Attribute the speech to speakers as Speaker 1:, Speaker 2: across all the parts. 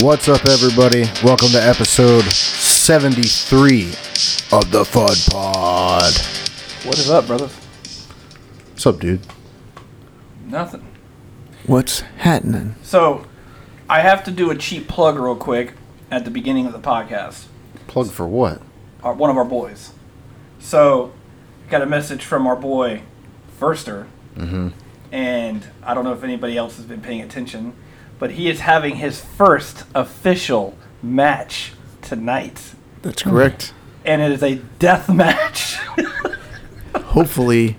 Speaker 1: What's up, everybody? Welcome to episode 73 of the FUD Pod.
Speaker 2: What is up, brother?
Speaker 1: What's up, dude?
Speaker 2: Nothing.
Speaker 3: What's happening?
Speaker 2: So, I have to do a cheap plug real quick at the beginning of the podcast.
Speaker 1: Plug for what?
Speaker 2: Our, one of our boys. So, got a message from our boy, Furster. Mm-hmm. And I don't know if anybody else has been paying attention, but he is having his first official match tonight.
Speaker 3: That's correct.
Speaker 2: And it is a death match.
Speaker 3: Hopefully,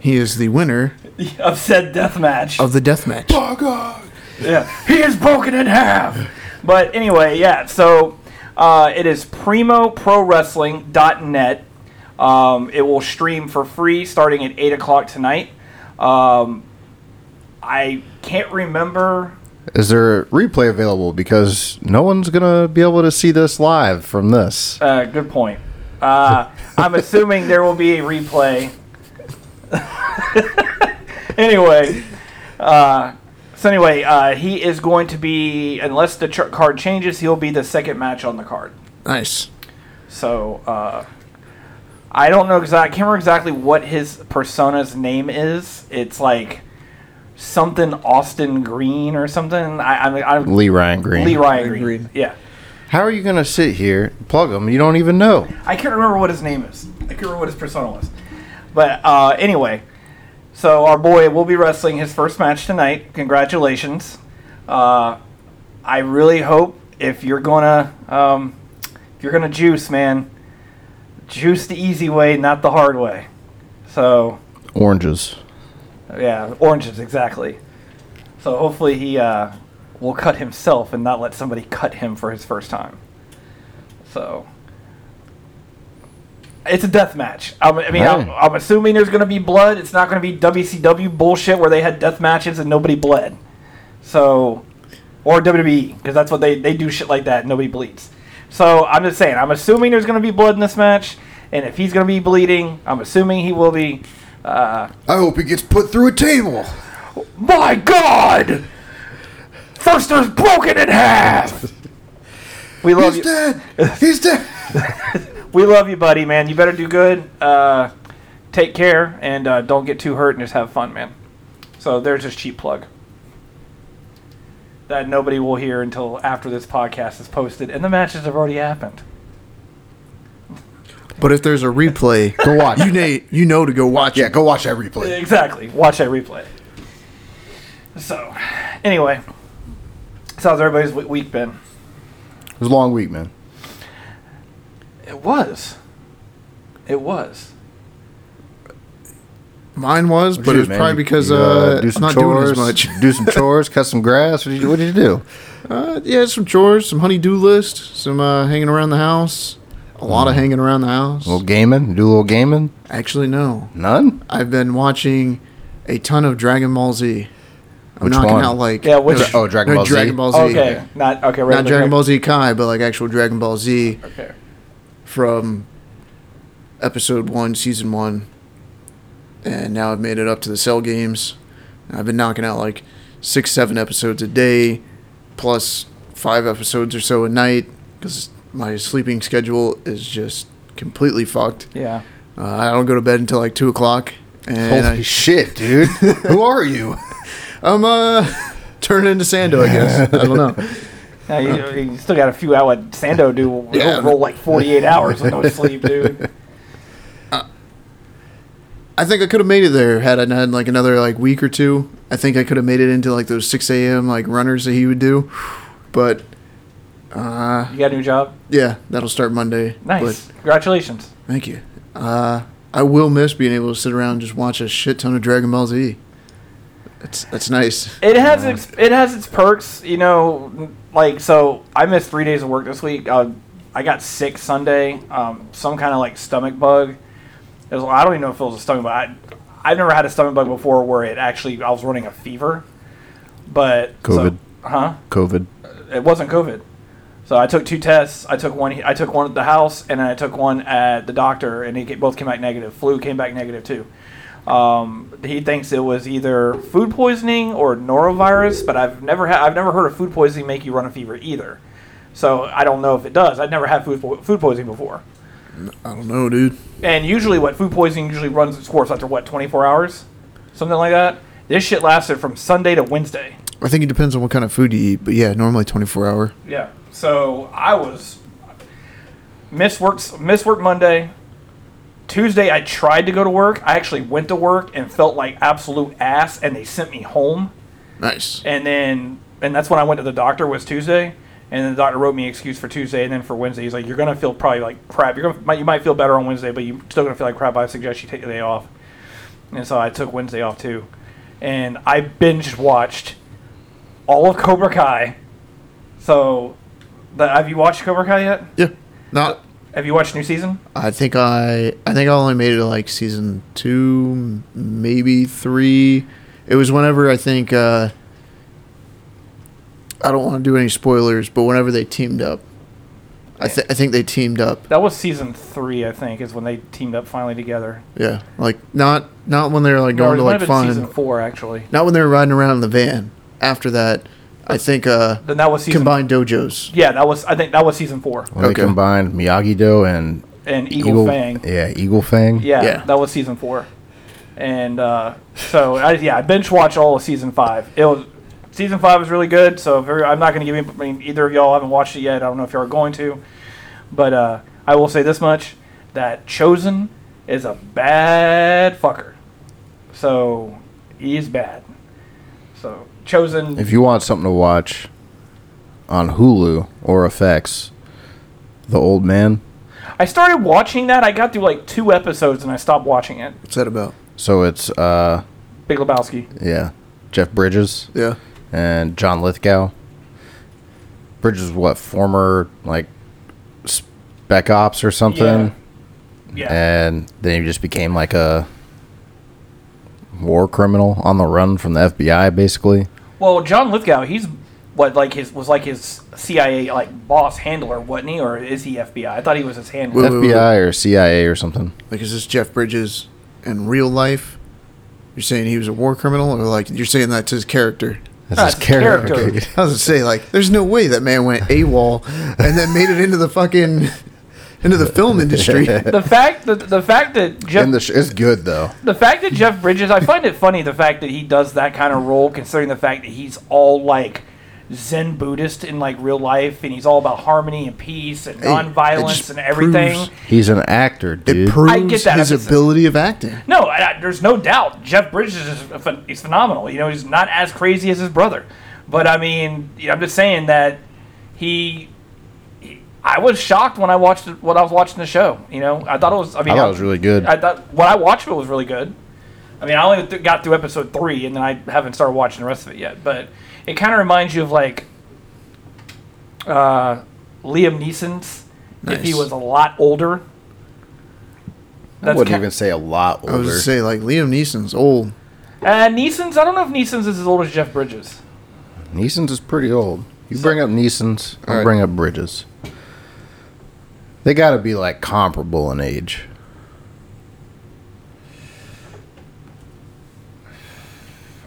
Speaker 3: he is the winner
Speaker 2: I've said death match.
Speaker 3: of the death match.
Speaker 2: yeah. He is broken in half. But anyway, yeah. So uh, it is primoprowrestling.net. Um, it will stream for free starting at eight o'clock tonight. Um, I can't remember.
Speaker 1: Is there a replay available? Because no one's going to be able to see this live from this.
Speaker 2: Uh, good point. Uh, I'm assuming there will be a replay. anyway, uh, so anyway, uh, he is going to be unless the ch- card changes, he'll be the second match on the card.
Speaker 3: Nice.
Speaker 2: So uh, I don't know exactly. I can't remember exactly what his persona's name is. It's like something Austin Green or something. I, I'm, I'm
Speaker 1: Lee Ryan Green.
Speaker 2: Lee Ryan Green.
Speaker 3: Green.
Speaker 2: Yeah,
Speaker 1: How are you going to sit here, plug them? You don't even know.
Speaker 2: I can't remember what his name is. I can't remember what his persona was. But uh, anyway, so our boy will be wrestling his first match tonight. Congratulations. Uh, I really hope if you're gonna um, if you're gonna juice, man, juice the easy way, not the hard way. So
Speaker 1: Oranges.
Speaker 2: yeah, oranges exactly. So hopefully he uh, will cut himself and not let somebody cut him for his first time. So it's a death match. I'm, I mean, I'm,
Speaker 1: Hey.
Speaker 2: I'm assuming there's going to be blood. It's not going to be WCW bullshit where they had death matches and nobody bled. So or WWE because that's what they they do shit like that. Nobody bleeds. So I'm just saying. I'm assuming there's going to be blood in this match, and if he's going to be bleeding, I'm assuming he will be. Uh,
Speaker 1: I hope he gets put through a table.
Speaker 2: my God! Furster's broken in half. We love you.
Speaker 1: dead. He's dead.
Speaker 2: We love you, buddy, man. You better do good. Uh, take care and uh, don't get too hurt and just have fun, man. So there's this cheap plug that nobody will hear until after this podcast is posted and the matches have already happened.
Speaker 3: But if there's a replay,
Speaker 1: Go watch.
Speaker 3: you Nate, you know to go watch
Speaker 1: yeah,
Speaker 3: it.
Speaker 1: go watch that replay.
Speaker 2: Exactly. Watch that replay. So, anyway, so how's everybody's w- week been?
Speaker 1: It was a long week, man.
Speaker 2: It was. It was.
Speaker 3: Mine was, but
Speaker 1: Shoot,
Speaker 3: it's
Speaker 1: Oh, man,
Speaker 3: probably
Speaker 1: you-
Speaker 3: because
Speaker 1: you,
Speaker 3: uh,
Speaker 1: do
Speaker 3: it's
Speaker 1: some
Speaker 3: not doing as much.
Speaker 1: do some chores, cut some grass. What did you, what did you do?
Speaker 3: Uh, yeah, some chores, some honey do list, some uh, hanging around the house. A lot
Speaker 1: Mm.
Speaker 3: of hanging around the house.
Speaker 1: little gaming. Do a little gaming.
Speaker 3: Actually, no.
Speaker 1: None.
Speaker 3: I've been watching a ton of Dragon Ball Z. I'm
Speaker 1: Which
Speaker 3: knocking
Speaker 1: one?
Speaker 3: out like
Speaker 2: Yeah, which-
Speaker 1: Oh, Dragon Ball Z.
Speaker 3: Dragon Ball Z.
Speaker 2: Okay. Not okay.
Speaker 3: Not
Speaker 2: regular
Speaker 3: Dragon Ball Z Kai, but like actual Dragon Ball Z
Speaker 2: Okay.
Speaker 3: from episode one, season one. And now I've made it up to the cell games. I've been knocking out like six, seven episodes a day, plus five episodes or so a night, because my sleeping schedule is just completely fucked.
Speaker 2: Yeah.
Speaker 3: Uh, I don't go to bed until like two o'clock. And
Speaker 1: Holy
Speaker 3: I,
Speaker 1: shit, dude. Who are you?
Speaker 3: I'm uh, turning into Sando, I guess. I don't know.
Speaker 2: Now you, you still got a few hours. Sando do will
Speaker 3: Yeah.
Speaker 2: roll like forty eight hours with no sleep, dude.
Speaker 3: I think I could have made it there had I had like another like week or two. I think I could have made it into like those six a.m. like runners that he would do, but uh,
Speaker 2: You got a new job?
Speaker 3: yeah, that'll start Monday.
Speaker 2: Nice. Congratulations.
Speaker 3: But, thank you. Uh, I will miss being able to sit around and just watch a shit ton of Dragon Ball Z. That's that's nice.
Speaker 2: It has its it has its perks, you know. Like so, I missed three days of work this week. Uh, I got sick Sunday, um, some kind of like stomach bug. It was, I don't even know if it was a stomach bug. I, I've never had a stomach bug before where it actually I was running a fever, but so-
Speaker 1: COVID.
Speaker 2: huh?
Speaker 1: COVID.
Speaker 2: it wasn't COVID. So I took two tests. I took one. I took one at the house, and I took one at the doctor, and they ca- both came back negative. Flu came back negative too. Um, he thinks it was either food poisoning or norovirus, but I've never had I've never heard of food poisoning make you run a fever either. So I don't know if it does. I've never had food po- food poisoning before.
Speaker 3: I don't know, dude.
Speaker 2: And usually, what food poisoning usually runs its course after what 24 hours, something like that. This shit lasted from Sunday to Wednesday.
Speaker 3: I think it depends on what kind of food you eat, but yeah, normally 24 hour.
Speaker 2: Yeah. So I was miss works miss work Monday. Tuesday I tried to go to work. I actually went to work and felt like absolute ass, and they sent me home.
Speaker 3: Nice.
Speaker 2: And then and that's when I went to the doctor was Tuesday. And then the doctor wrote me an excuse for Tuesday, and then for Wednesday he's like, "You're gonna feel probably like crap. You're gonna might, you might feel better on Wednesday, but you're still gonna feel like crap. I suggest you take the day off." And so I took Wednesday off too, and I binge watched all of Cobra Kai. So, the, have you watched Cobra Kai yet?
Speaker 3: Yeah. Not.
Speaker 2: Have you watched new season?
Speaker 3: I think I. I think I only made it to like season two, maybe three. It was whenever I think. uh I don't want to do any spoilers, but whenever they teamed up, I, th- I think they teamed up.
Speaker 2: That was season three, I think, is when they teamed up finally together.
Speaker 3: Yeah, like not not when they were like
Speaker 2: Or
Speaker 3: going
Speaker 2: it
Speaker 3: to
Speaker 2: might have
Speaker 3: like
Speaker 2: been season
Speaker 3: fun.
Speaker 2: four actually.
Speaker 3: Not when they were riding around in the van. After that, I think uh
Speaker 2: Then that was season.
Speaker 3: combined dojos.
Speaker 2: Yeah, that was. I think that was season four.
Speaker 1: When
Speaker 3: Okay.
Speaker 1: they combined Miyagi Do and
Speaker 2: And Eagle, Fang.
Speaker 1: Yeah, Eagle Fang.
Speaker 2: Yeah,
Speaker 3: Yeah.
Speaker 2: that was season four. And uh, so I, yeah, I binge watched all of season five. It was season five was really good. So if every- I'm not going to give you, I mean, either of y'all haven't watched it yet. I don't know if y'all are going to, but uh, I will say this much: that Chosen is a bad fucker. So he's bad. So Chosen.
Speaker 1: If you want something to watch on Hulu or FX, The Old Man.
Speaker 2: I started watching that. I got through like two episodes and I stopped watching it.
Speaker 3: What's that about?
Speaker 1: So it's uh
Speaker 2: Big Lebowski.
Speaker 1: yeah, Jeff Bridges
Speaker 3: Yeah.
Speaker 1: and John Lithgow. Bridges was what former like spec ops or something,
Speaker 2: Yeah.
Speaker 1: and then he just became like a war criminal on the run from the FBI, basically.
Speaker 2: Well, John Lithgow, he's what like his was like his CIA like boss handler, wasn't he? Or is he FBI? I thought he was his handler.
Speaker 3: Wait, wait, wait.
Speaker 1: FBI or CIA or something.
Speaker 3: Like, is this Jeff Bridges in real life? You're saying he was a war criminal, or like you're saying that to his character?
Speaker 2: Ah, it's character.
Speaker 3: I was gonna say like, there's no way that man went AWOL and then made it into the fucking into the film industry.
Speaker 2: The fact that the fact that Jeff
Speaker 1: And the sh- it's good though.
Speaker 2: The fact that Jeff Bridges, I find it funny the fact that he does that kind of role, considering the fact that he's all like Zen Buddhist in like real life, and he's all about harmony and peace and nonviolence
Speaker 3: just
Speaker 2: and everything.
Speaker 3: proves-
Speaker 1: He's an actor, dude.
Speaker 3: It proves
Speaker 2: that.
Speaker 3: his
Speaker 2: It's-
Speaker 3: ability of acting.
Speaker 2: No, I, I- there's no doubt Jeff Bridges is a phen- he's phenomenal. You know, he's not as crazy as his brother, but I mean, you know, I'm just saying that he. he- I was shocked when I watched it, when I was watching the show. You know, I thought it was. I mean,
Speaker 1: I thought it was really good.
Speaker 2: I thought what I watched of it was really good. I mean, I only th- got through episode three, and then I haven't started watching the rest of it yet. But it kind of reminds you of like uh, Liam Neeson's if he
Speaker 3: Nice.
Speaker 2: was a lot older.
Speaker 1: I wouldn't
Speaker 2: ki-
Speaker 1: even say a lot
Speaker 3: I was
Speaker 1: older.
Speaker 3: gonna say like Liam Neeson's old.
Speaker 2: Uh, Neeson's. I don't know if Neeson's is as old as Jeff Bridges.
Speaker 1: Neeson's is pretty old. You bring up Neeson's, I
Speaker 3: Alright.
Speaker 1: bring up Bridges. They got to be like comparable in age.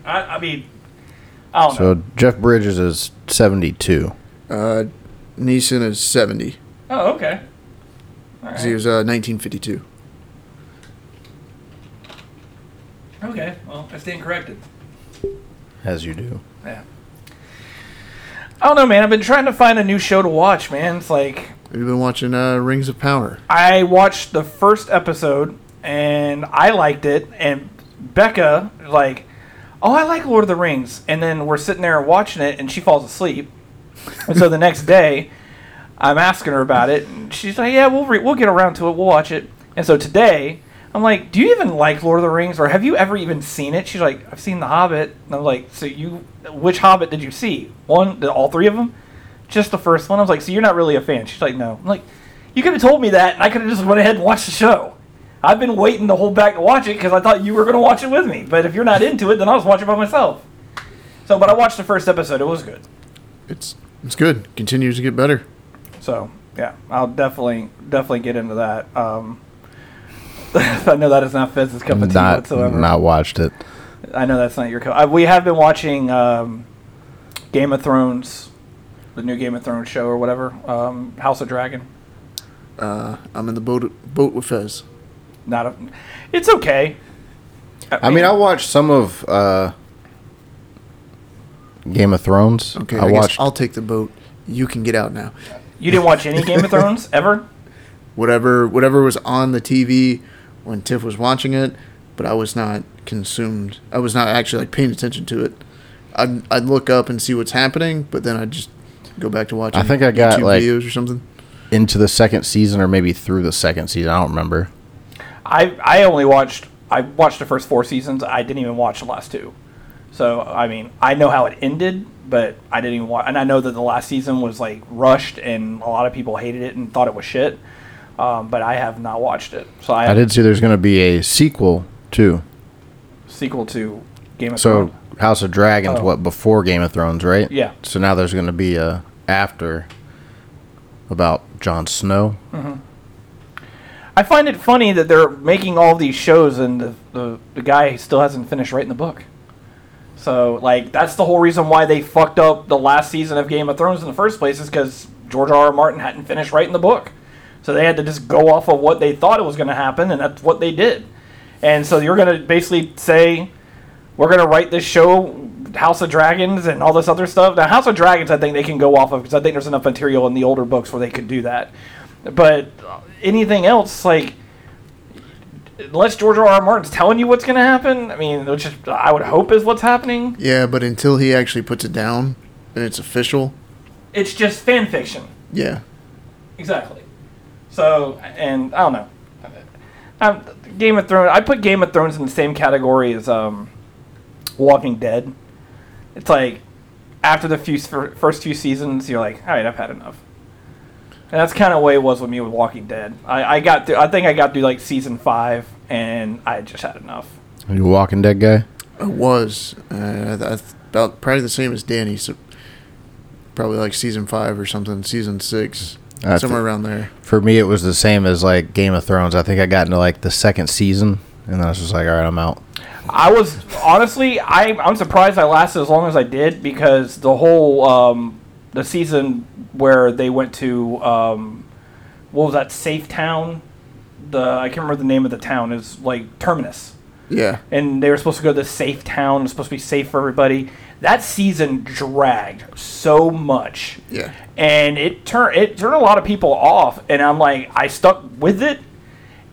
Speaker 2: I, I mean, I don't know.
Speaker 1: So Jeff Bridges is 72.
Speaker 3: Uh, Neeson is 70
Speaker 2: Oh, okay.
Speaker 3: because he was uh, 1952.
Speaker 2: Okay. Well, I stand corrected.
Speaker 1: As you do.
Speaker 2: Yeah. I don't know, man. I've been trying to find a new show to watch, man. It's like
Speaker 3: Have you been watching uh, Rings of Power?
Speaker 2: I watched the first episode and I liked it, and Becca like, oh, I like Lord of the Rings, and then we're sitting there watching it, and she falls asleep, and so the next day, I'm asking her about it, and she's like, yeah, we'll re- we'll get around to it, we'll watch it, and so today. I'm like, do you even like Lord of the Rings, or have you ever even seen it? She's like, I've seen The Hobbit, and I'm like, so you, which Hobbit did you see? One, the- all three of them? just the first one. I was like, so you're not really a fan? She's like, no. I'm like, you could have told me that, and I could have just went ahead and watched the show. I've been waiting to hold back to watch it because I thought you were going to watch it with me. But if you're not into it, then I'll just watch it by myself. So, but I watched the first episode. It was good.
Speaker 3: It's it's good. Continues to get better.
Speaker 2: So yeah, I'll definitely definitely get into that. Um, I know that is not Fez's cup of tea
Speaker 1: Not
Speaker 2: whatsoever.
Speaker 1: not watched it.
Speaker 2: I know that's not your cup. I, we have been watching um, Game of Thrones, the new Game of Thrones show or whatever, um, House of Dragon.
Speaker 3: Uh, I'm in the boat boat with Fez.
Speaker 2: Not a, it's okay.
Speaker 1: I mean, I watched some of uh, Game of Thrones.
Speaker 3: Okay,
Speaker 1: I,
Speaker 3: I, guess
Speaker 1: watched.
Speaker 3: I'll take the boat. You can get out now.
Speaker 2: you didn't watch any Game of Thrones ever.
Speaker 3: Whatever whatever was on the TV when Tiff was watching it, but I was not consumed. I was not actually like paying attention to it. I'd, I'd look up and see what's happening, but then I'd just go back to watching.
Speaker 1: I think I got, like-
Speaker 3: videos or something.
Speaker 1: into the second season, or maybe through the second season. I don't remember.
Speaker 2: I I only watched I watched the first four seasons. I didn't even watch the last two. So I mean, I know how it ended, but I didn't even watch. And I know that the last season was like rushed, and a lot of people hated it and thought it was shit. Um, but I have not watched it, so I,
Speaker 1: I did see there's going to be a sequel too.
Speaker 2: sequel to Game of
Speaker 1: So
Speaker 2: Thrones.
Speaker 1: House of Dragons,
Speaker 2: Oh.
Speaker 1: what before Game of Thrones, right?
Speaker 2: Yeah.
Speaker 1: So now there's going to be a after about Jon Snow.
Speaker 2: I find it funny that they're making all these shows and the, the, the guy still hasn't finished writing the book. So, like, that's the whole reason why they fucked up the last season of Game of Thrones in the first place is because George R. R. Martin hadn't finished writing the book. So they had to just go off of what they thought it was going to happen, and that's what they did. And so you're going to basically say, we're going to write this show, House of Dragons, and all this other stuff. Now, House of Dragons, I think they can go off of because I think there's enough material in the older books where they could do that. But uh, anything else, like, unless George R. R. Martin's telling you what's going to happen, I mean, which is, I would hope is what's happening,
Speaker 3: Yeah, but until he actually puts it down and it's official,
Speaker 2: it's just fan fiction.
Speaker 3: yeah.
Speaker 2: Exactly. So, and I don't know. Um, Game of Thrones. I put Game of Thrones in the same category as um, Walking Dead. It's like after the few, fir- first few seasons, you're like, all right, I've had enough. And that's kind of way it was with me with Walking Dead. I, I got through. I think I got through like season five, and I just had enough.
Speaker 1: You a Walking Dead guy?
Speaker 3: I was uh, that's about probably the same as Danny, so probably like season five or something, season six,
Speaker 1: I
Speaker 3: somewhere
Speaker 1: thi-
Speaker 3: around there.
Speaker 1: For me, it was the same as like Game of Thrones. I think I got into like the second season, and then I was just like, all right, I'm out.
Speaker 2: I was honestly, I I'm surprised I lasted as long as I did because the whole um, the season where they went to um, what was that safe town? The I can't remember the name of the town is like terminus,
Speaker 3: Yeah,
Speaker 2: and they were supposed to go to this safe town. It was supposed to be safe for everybody. That season dragged so much
Speaker 3: yeah.
Speaker 2: and it turned it turned a lot of people off and i'm like i stuck with it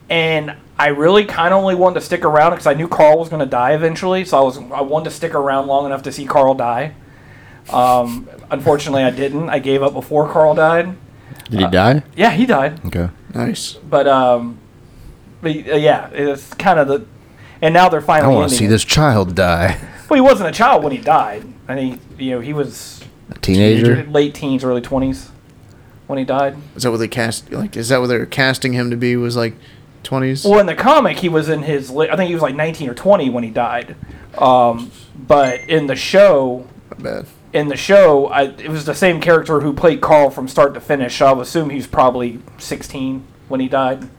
Speaker 2: and i really kind of only wanted to stick around because i knew carl was going to die eventually so i was i wanted to stick around long enough to see carl die um, unfortunately i didn't i gave up before carl died
Speaker 1: Did he die?
Speaker 2: yeah he died
Speaker 1: Uh, Okay.
Speaker 3: Nice.
Speaker 2: but um but, uh, yeah it's kind of the and now they're
Speaker 1: I
Speaker 2: finally
Speaker 1: want to
Speaker 2: ending
Speaker 1: see
Speaker 2: it.
Speaker 1: this child die.
Speaker 2: well he wasn't a child when he died and he you know he was
Speaker 1: A teenager.
Speaker 2: late teens early 20s when he died
Speaker 3: Is that what they cast? Like, is that what they're casting him to be? Was like twenties?
Speaker 2: Well, in the comic, he was in his. Li- I think he was like 19 or 20 when he died. Um, but in the show,
Speaker 3: Not bad.
Speaker 2: in the show, I, it was the same character who played Carl from start to finish. So I would assume he was probably 16 when he died.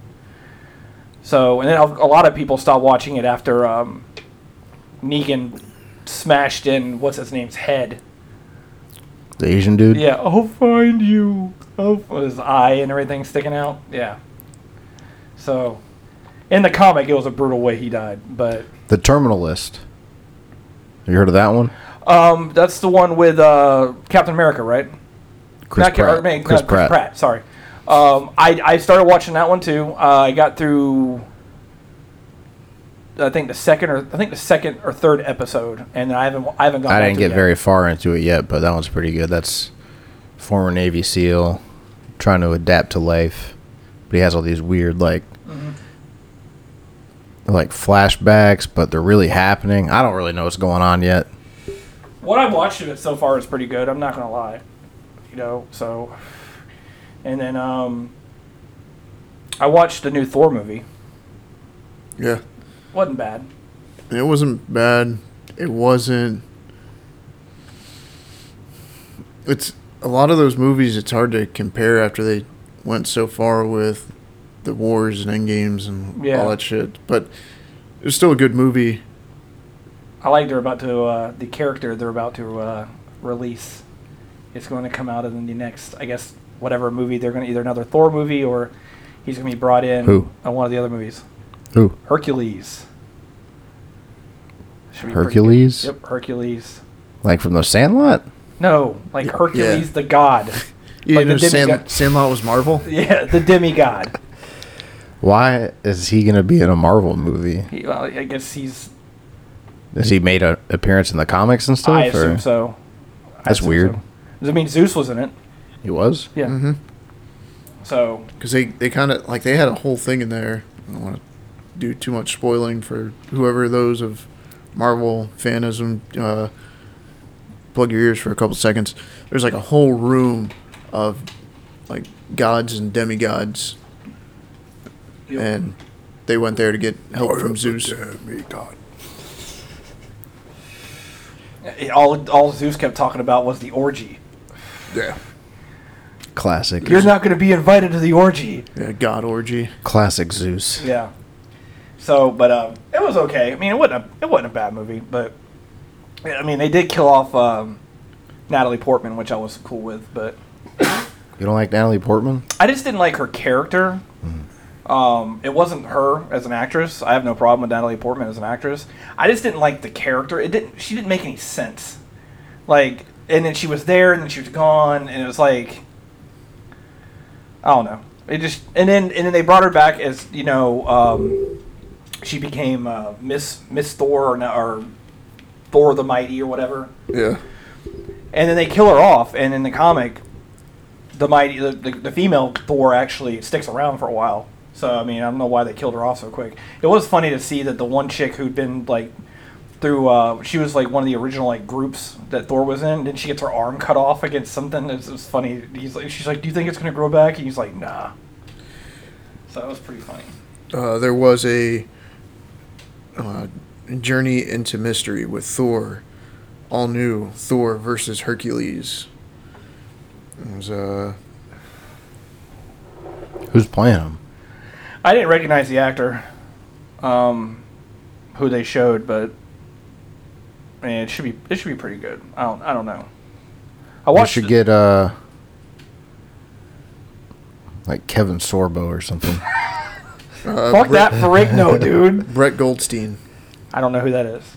Speaker 2: So, and then a, a lot of people stopped watching it after um, Negan smashed in what's his name's head.
Speaker 1: The Asian dude.
Speaker 2: Yeah, I'll find you. I'll f- his eye and everything sticking out. Yeah. So, in the comic, it was a brutal way he died, but
Speaker 1: The Terminalist. You heard of that one?
Speaker 2: um, that's the one with uh, Captain America, right?
Speaker 1: Chris
Speaker 2: Not Ca- or, I mean, uh, Chris Pratt. Sorry. Um, I I started watching that one too. Uh, I got through. I think the second or I think the second or third episode, and I haven't I haven't gone.
Speaker 1: I
Speaker 2: back
Speaker 1: didn't
Speaker 2: to it
Speaker 1: get
Speaker 2: yet.
Speaker 1: very far into it yet, but that one's pretty good. That's former Navy SEAL trying to adapt to life, but he has all these weird like
Speaker 2: Mm-hmm.
Speaker 1: like flashbacks, but they're really happening. I don't really know what's going on yet.
Speaker 2: what I've watched of it so far is pretty good. I'm not gonna lie, you know. So, and then um, I watched the new Thor movie.
Speaker 3: Yeah,
Speaker 2: wasn't bad.
Speaker 3: it wasn't bad. It wasn't. It's a lot of those movies. It's hard to compare after they went so far with the wars and end games and
Speaker 2: Yeah.
Speaker 3: all that shit. But it was still a good movie.
Speaker 2: I like they're about to uh, the character they're about to uh, release. is going to come out in the next, I guess, whatever movie they're going to either another Thor movie or he's going to be brought in
Speaker 1: Who?
Speaker 2: on one of the other movies.
Speaker 1: Ooh,
Speaker 2: Hercules. Should be pretty good.
Speaker 1: Hercules?
Speaker 2: Yep, Hercules.
Speaker 1: like from The Sandlot.
Speaker 2: No, like Hercules the god.
Speaker 3: You
Speaker 2: Like the
Speaker 3: know, Sand-
Speaker 2: demigod-
Speaker 3: Sandlot was Marvel.
Speaker 2: yeah, the demigod.
Speaker 1: Why is he gonna be in a Marvel movie?
Speaker 2: He, well, I guess he's.
Speaker 1: Has he made an appearance in the comics and stuff?
Speaker 2: I assume
Speaker 1: or-
Speaker 2: so. I
Speaker 1: That's
Speaker 2: assume
Speaker 1: weird. Mm-hmm.
Speaker 2: so. I mean, Zeus was in it.
Speaker 1: He was.
Speaker 2: Yeah.
Speaker 3: Mhm.
Speaker 2: So
Speaker 3: because they they kind of like they had a whole thing in there. I don't want to do too much spoiling for whoever those of Marvel fanism. Uh, plug your ears for a couple seconds. There's like a whole room of like gods and demigods,
Speaker 2: Yep.
Speaker 3: and they went there to get help from Zeus.
Speaker 2: it- all all Zeus kept talking about was the orgy.
Speaker 3: Yeah,
Speaker 1: Classic.
Speaker 2: You're not going to be invited to the orgy.
Speaker 3: yeah, god orgy.
Speaker 1: Classic Zeus.
Speaker 2: Yeah. So, but um, it was okay. I mean, it wasn't a, it wasn't a bad movie, but I mean, they did kill off um, Natalie Portman, which I was cool with, but
Speaker 1: You don't like Natalie Portman?
Speaker 2: I just didn't like her character. Um, it wasn't her as an actress. I have no problem with Natalie Portman as an actress. I just didn't like the character. It didn't. She didn't make any sense. Like, and then she was there, and then she was gone, and it was like, I don't know. It just and then and then they brought her back as you know, um, she became uh, Miss Miss Thor or, no- or Thor the Mighty or whatever
Speaker 3: Yeah,
Speaker 2: and then they kill her off. And in the comic, the mighty the, the, the female Thor actually sticks around for a while. So I mean, I don't know why they killed her off so quick. It was funny to see that the one chick who'd been like through uh, she was like one of the original like groups that Thor was in. Then she gets her arm cut off against something. It's, it's funny. He's like, she's like, "Do you think it's gonna grow back?" And he's like, "Nah." So that was pretty funny.
Speaker 3: uh, there was a uh, journey into mystery with Thor, all new Thor versus Hercules. It was uh,
Speaker 1: Who's playing him?
Speaker 2: I didn't recognize the actor, um, who they showed, but man, it should be it should be pretty good. I don't I don't know. I
Speaker 1: We
Speaker 2: watched
Speaker 1: should
Speaker 2: it.
Speaker 1: get uh like Kevin Sorbo or something.
Speaker 3: uh
Speaker 2: fuck that
Speaker 3: Brett,
Speaker 2: Ferrigno, dude.
Speaker 3: Brett Goldstein.
Speaker 2: I don't know who that is,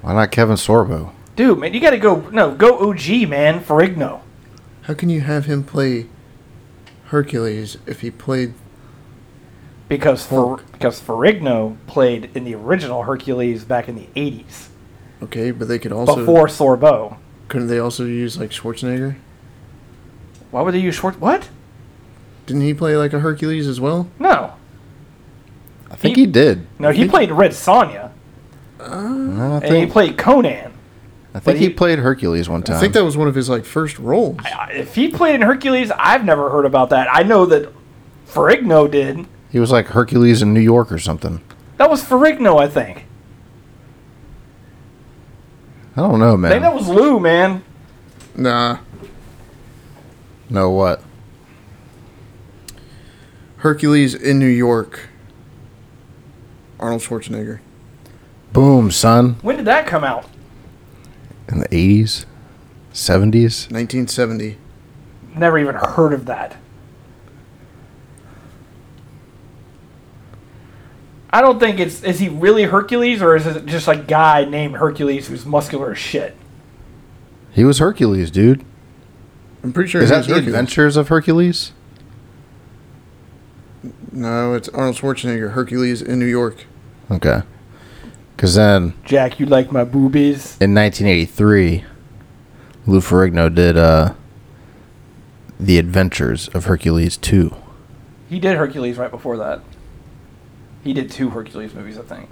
Speaker 1: Why not Kevin Sorbo?
Speaker 2: dude. Man, you got to go no go OG man Ferrigno.
Speaker 3: How can you have him play Hercules if he played?
Speaker 2: Because Fer-
Speaker 3: Hulk.
Speaker 2: because Ferrigno played in the original Hercules back in the eighties
Speaker 3: Okay, but they could also
Speaker 2: before Sorbo.
Speaker 3: couldn't they also use like Schwarzenegger?
Speaker 2: Why would they use short? What?
Speaker 3: Didn't he play like a Hercules as well?
Speaker 2: No,
Speaker 1: I think
Speaker 2: He-
Speaker 1: he, did.
Speaker 2: no. He played Red Sonja
Speaker 1: No, I
Speaker 2: and he
Speaker 1: think,
Speaker 2: played Conan.
Speaker 1: I think
Speaker 2: he-
Speaker 1: he played Hercules one time.
Speaker 3: I think that was one of his like first roles.
Speaker 2: I- If he played in Hercules, I've never heard about that. I know that Ferrigno did.
Speaker 1: he was like Hercules in New York or something.
Speaker 2: That was Ferrigno, I think.
Speaker 1: I don't know,
Speaker 2: I think that
Speaker 1: man.
Speaker 2: was Lou, man.
Speaker 3: Nah,
Speaker 1: No what?
Speaker 3: Hercules in New York. Arnold Schwarzenegger.
Speaker 1: Boom, son.
Speaker 2: When did that come out?
Speaker 1: In the eighties? Seventies?
Speaker 3: 1970.
Speaker 2: Never even heard of that. I don't think it's. Is he really Hercules, or is it just a guy named Hercules who's muscular as shit?
Speaker 1: He was Hercules, dude.
Speaker 3: I'm pretty sure
Speaker 1: Is
Speaker 3: he
Speaker 1: that
Speaker 3: was
Speaker 1: the
Speaker 3: Hercules.
Speaker 1: Adventures of Hercules?
Speaker 3: No, it's Arnold Schwarzenegger. Hercules in New York.
Speaker 1: Okay. Cause then
Speaker 2: Jack, you like my boobies?
Speaker 1: in 1983, Lou Ferrigno did uh, The Adventures of Hercules 2.
Speaker 2: He did Hercules right before that. He did two Hercules movies, I think.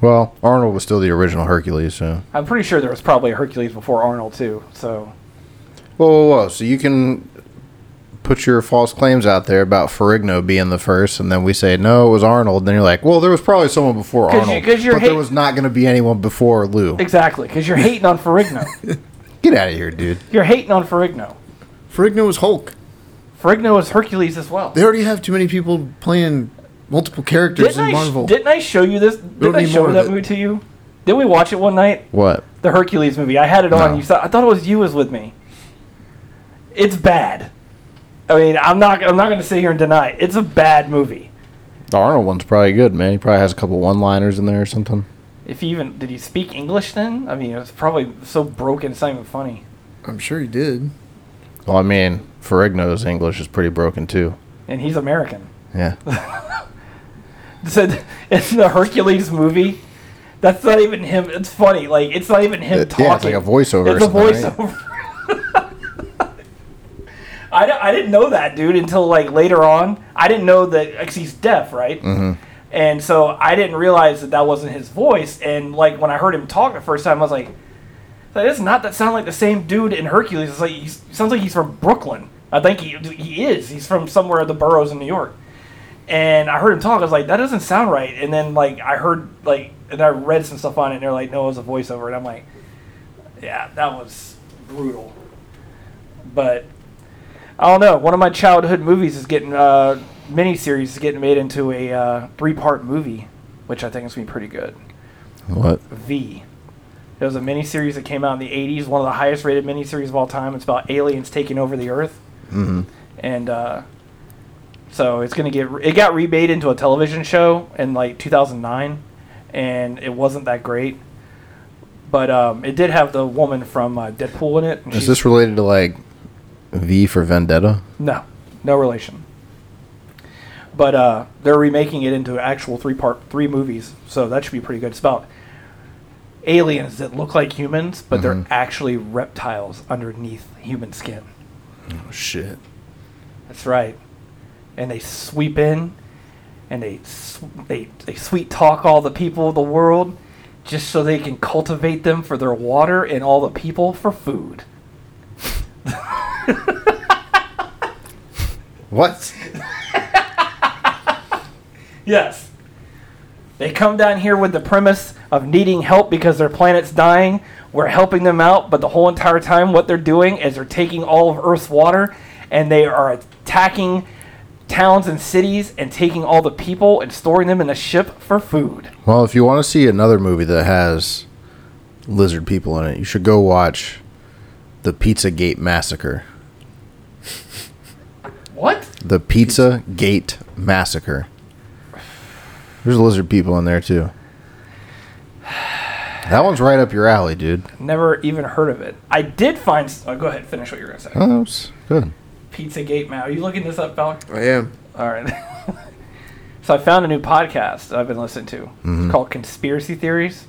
Speaker 1: Well, Arnold was still the original Hercules, so.
Speaker 2: I'm pretty sure there was probably a Hercules before Arnold too. So
Speaker 1: Whoa, whoa, whoa. So you can put your false claims out there about Ferrigno being the first, and then we say, no, it was Arnold. Then you're like, well, there was probably someone before
Speaker 2: 'Cause you-
Speaker 1: Arnold.
Speaker 2: 'cause you're
Speaker 1: but
Speaker 2: hate-
Speaker 1: there was not going to be anyone before Lou.
Speaker 2: exactly, because you're hating on Ferrigno.
Speaker 1: Get out of here, dude.
Speaker 2: You're hating on Ferrigno.
Speaker 3: Ferrigno was Hulk.
Speaker 2: Ferrigno is Hercules as well.
Speaker 3: They already have too many people playing multiple characters
Speaker 2: Didn't
Speaker 3: in
Speaker 2: I,
Speaker 3: Marvel.
Speaker 2: didn't I show you this? Didn't I
Speaker 3: need
Speaker 2: show
Speaker 3: more of
Speaker 2: that
Speaker 3: it.
Speaker 2: movie to you? Did we watch it one night?
Speaker 1: What?
Speaker 2: The Hercules movie. I had it on.
Speaker 1: No.
Speaker 2: You saw, I thought it was you was with me. It's bad. I mean, I'm not. I'm not going to sit here and deny it. It's a bad movie.
Speaker 1: The Arnold one's probably good, man. He probably has a couple one-liners in there or something.
Speaker 2: If he even did he speak English then? I mean, it's probably so broken. It's not even funny.
Speaker 3: I'm sure he did.
Speaker 1: Well, I mean, Ferrigno's English is pretty broken too.
Speaker 2: And he's American.
Speaker 1: Yeah.
Speaker 2: So th- it's the Hercules movie. That's not even him. It's funny. Like it's not even him
Speaker 1: It-
Speaker 2: talking.
Speaker 1: Uh, yeah, it's like a voiceover
Speaker 2: It's a
Speaker 1: or something, right?
Speaker 2: voiceover. I, d- I didn't know that dude until like later on. I didn't know that 'cause he's deaf, right? Mm-hmm. And so I didn't realize that that wasn't his voice. And like when I heard him talk the first time, I was like, "That does not that sound like the same dude in Hercules." It's like he's, he sounds like he's from Brooklyn. I think he he is. He's from somewhere in the boroughs in New York and I heard him talk. I was like, that doesn't sound right. And then like I heard like and I read some stuff on it, and they're like, no, it was a voiceover. And I'm like, yeah, that was brutal. But I don't know. One of my childhood movies is getting uh, miniseries is getting made into a uh, three part movie, which I think is gonna be pretty good.
Speaker 1: What?
Speaker 2: V. It was a miniseries that came out in the 80s, one of the highest rated miniseries of all time. It's about aliens taking over the Earth.
Speaker 1: Mm-hmm.
Speaker 2: And uh, so it's going to get. It got remade into a television show in like 2009, and it wasn't that great. But um, it did have the woman from uh, Deadpool in it. and
Speaker 1: Is
Speaker 2: she's-
Speaker 1: this related to like V for Vendetta?
Speaker 2: no, no relation. But uh, they're remaking it into actual three part three movies, so that should be pretty good. It's about aliens that look like humans, but they're actually reptiles underneath human skin.
Speaker 1: Oh, shit.
Speaker 2: That's right. And they sweep in, and they sw- they they sweet talk all the people of the world, just so they can cultivate them for their water and all the people for food.
Speaker 1: What?
Speaker 2: Yes. They come down here with the premise of needing help because their planet's dying. We're helping them out, but the whole entire time, what they're doing is they're taking all of Earth's water and they are attacking towns and cities and taking all the people and storing them in a ship for food.
Speaker 1: Well, if you want to see another movie that has lizard people in it, you should go watch The Pizza Gate Massacre.
Speaker 2: What?
Speaker 1: The Pizza Gate Massacre. There's lizard people in there too. That one's right up your alley, dude.
Speaker 2: Never even heard of it. I did find. s- Oh, go ahead, finish what you were going to say.
Speaker 1: Oh, that was good.
Speaker 2: Pizza Gate Map. Are you looking this up, Falk?
Speaker 3: I am.
Speaker 2: All right. so I found a new podcast I've been listening to. It's called Conspiracy Theories.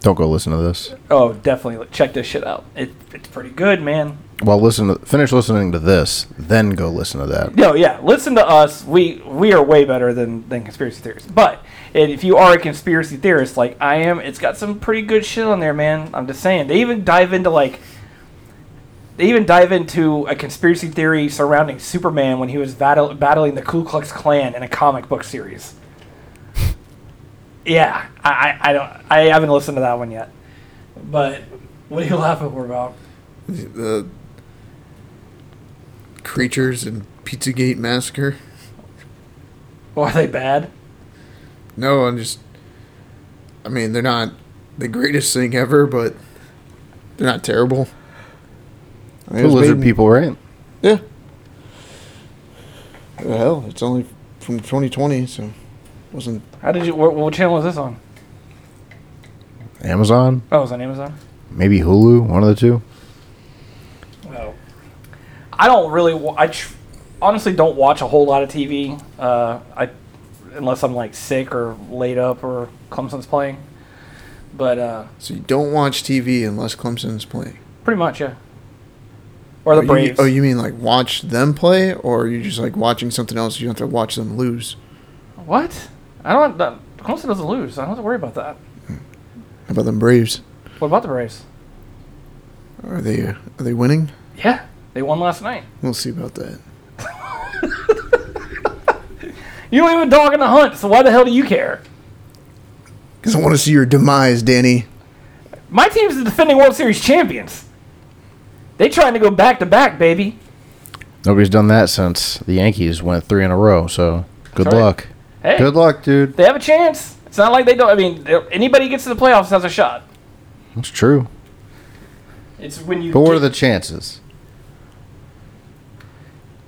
Speaker 1: Don't go listen to this.
Speaker 2: Oh, definitely look- check this shit out. It, it's pretty good, man.
Speaker 1: Well, listen. To, finish listening to this, then go listen to that.
Speaker 2: No, yeah, listen to us. We we are way better than than conspiracy theorists. But and if you are a conspiracy theorist like I am, it's got some pretty good shit on there, man. I'm just saying. They even dive into like they even dive into a conspiracy theory surrounding Superman when he was battle- battling the Ku Klux Klan in a comic book series. Yeah, I, I, I don't I haven't listened to that one yet. But what are you laughing for about?
Speaker 3: The creatures and Pizzagate massacre.
Speaker 2: Well, are they bad?
Speaker 3: No, I'm just. I mean, they're not the greatest thing ever, but they're not terrible. I mean,
Speaker 1: The
Speaker 3: it was
Speaker 1: lizard
Speaker 3: made in-
Speaker 1: people, right?
Speaker 3: Yeah. Well, it's only from 2020, so wasn't
Speaker 2: How did you? What, what channel is this on?
Speaker 1: Amazon,
Speaker 2: Oh, it was on Amazon.
Speaker 1: maybe Hulu, one of the two.
Speaker 2: No. I don't really. Wa- I tr- honestly don't watch a whole lot of TV. Uh, I unless I'm like sick or laid up or Clemson's playing. But uh,
Speaker 3: So you don't watch TV unless Clemson's playing.
Speaker 2: pretty much, yeah. Or the
Speaker 3: oh,
Speaker 2: Braves.
Speaker 3: You, oh, you mean like watch them play, or you just like watching something else? You don't have to watch them lose.
Speaker 2: what? I don't. That, Clemson doesn't lose. I don't have to worry about that.
Speaker 3: How about them Braves?
Speaker 2: What about the Braves?
Speaker 3: Are they uh, are they winning?
Speaker 2: Yeah, they won last night.
Speaker 3: We'll see about that.
Speaker 2: You don't even dog in the hunt, so why the hell do you care?
Speaker 3: Because I want to see your demise, Danny.
Speaker 2: My team's the defending World Series champions. They trying to go back to back, baby.
Speaker 1: Nobody's done that since the Yankees went three in a row. So good
Speaker 2: That's right.
Speaker 1: luck.
Speaker 2: Hey,
Speaker 1: Good luck, dude.
Speaker 2: they have a chance. It's not like they don't. I mean, anybody gets to the playoffs has a shot.
Speaker 1: It's true.
Speaker 2: It's when you.
Speaker 1: But what are
Speaker 2: get-
Speaker 1: the chances?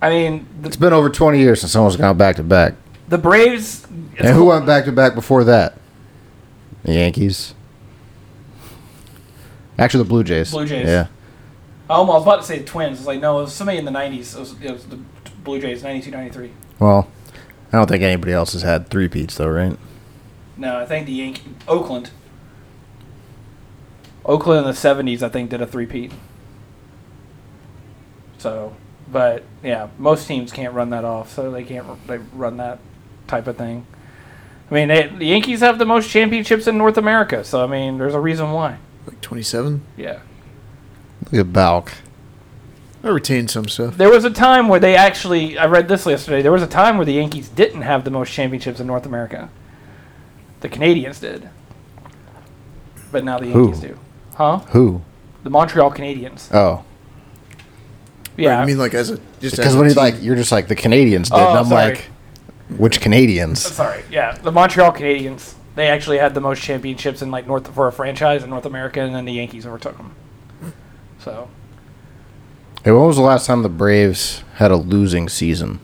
Speaker 2: I mean, the,
Speaker 1: It's been over 20 years since someone's gone back to back.
Speaker 2: the Braves.
Speaker 1: And who went back to back before that? The Yankees. Actually, the Blue Jays.
Speaker 2: Blue Jays.
Speaker 1: Yeah.
Speaker 2: I almost was about to say the Twins. It's like no, it was somebody in the '90s. It was, it was the Blue Jays, '92, '93.
Speaker 1: Well, I don't think anybody else has had three peats though, right?
Speaker 2: No, I think the Yank Oakland. Oakland in the seventies, I think, did a three-peat. So, but yeah, most teams can't run that off, so they can't r- they run that type of thing. I mean, they, the Yankees have the most championships in North America, so I mean, there's a reason why.
Speaker 3: Like 27?
Speaker 2: Yeah,
Speaker 1: Look at Balk.
Speaker 3: I retained some stuff.
Speaker 2: there was a time where they actually. I read this yesterday. There was a time where the Yankees didn't have the most championships in North America. The Canadians did, but now the
Speaker 1: Who?
Speaker 2: Yankees do. Huh?
Speaker 1: Who?
Speaker 2: the Montreal Canadiens.
Speaker 1: Oh,
Speaker 2: Yeah,
Speaker 3: I mean, like, as a. Just
Speaker 1: because
Speaker 3: as a
Speaker 1: when you
Speaker 3: team.
Speaker 1: like, you're just like the Canadians did.
Speaker 2: Oh,
Speaker 1: and I'm
Speaker 2: sorry.
Speaker 1: like, which Canadians?
Speaker 2: sorry. Yeah, the Montreal Canadiens. They actually had the most championships in like North for a franchise in North America, and then the Yankees overtook them. So
Speaker 1: Hey, when was the last time the Braves had a losing season?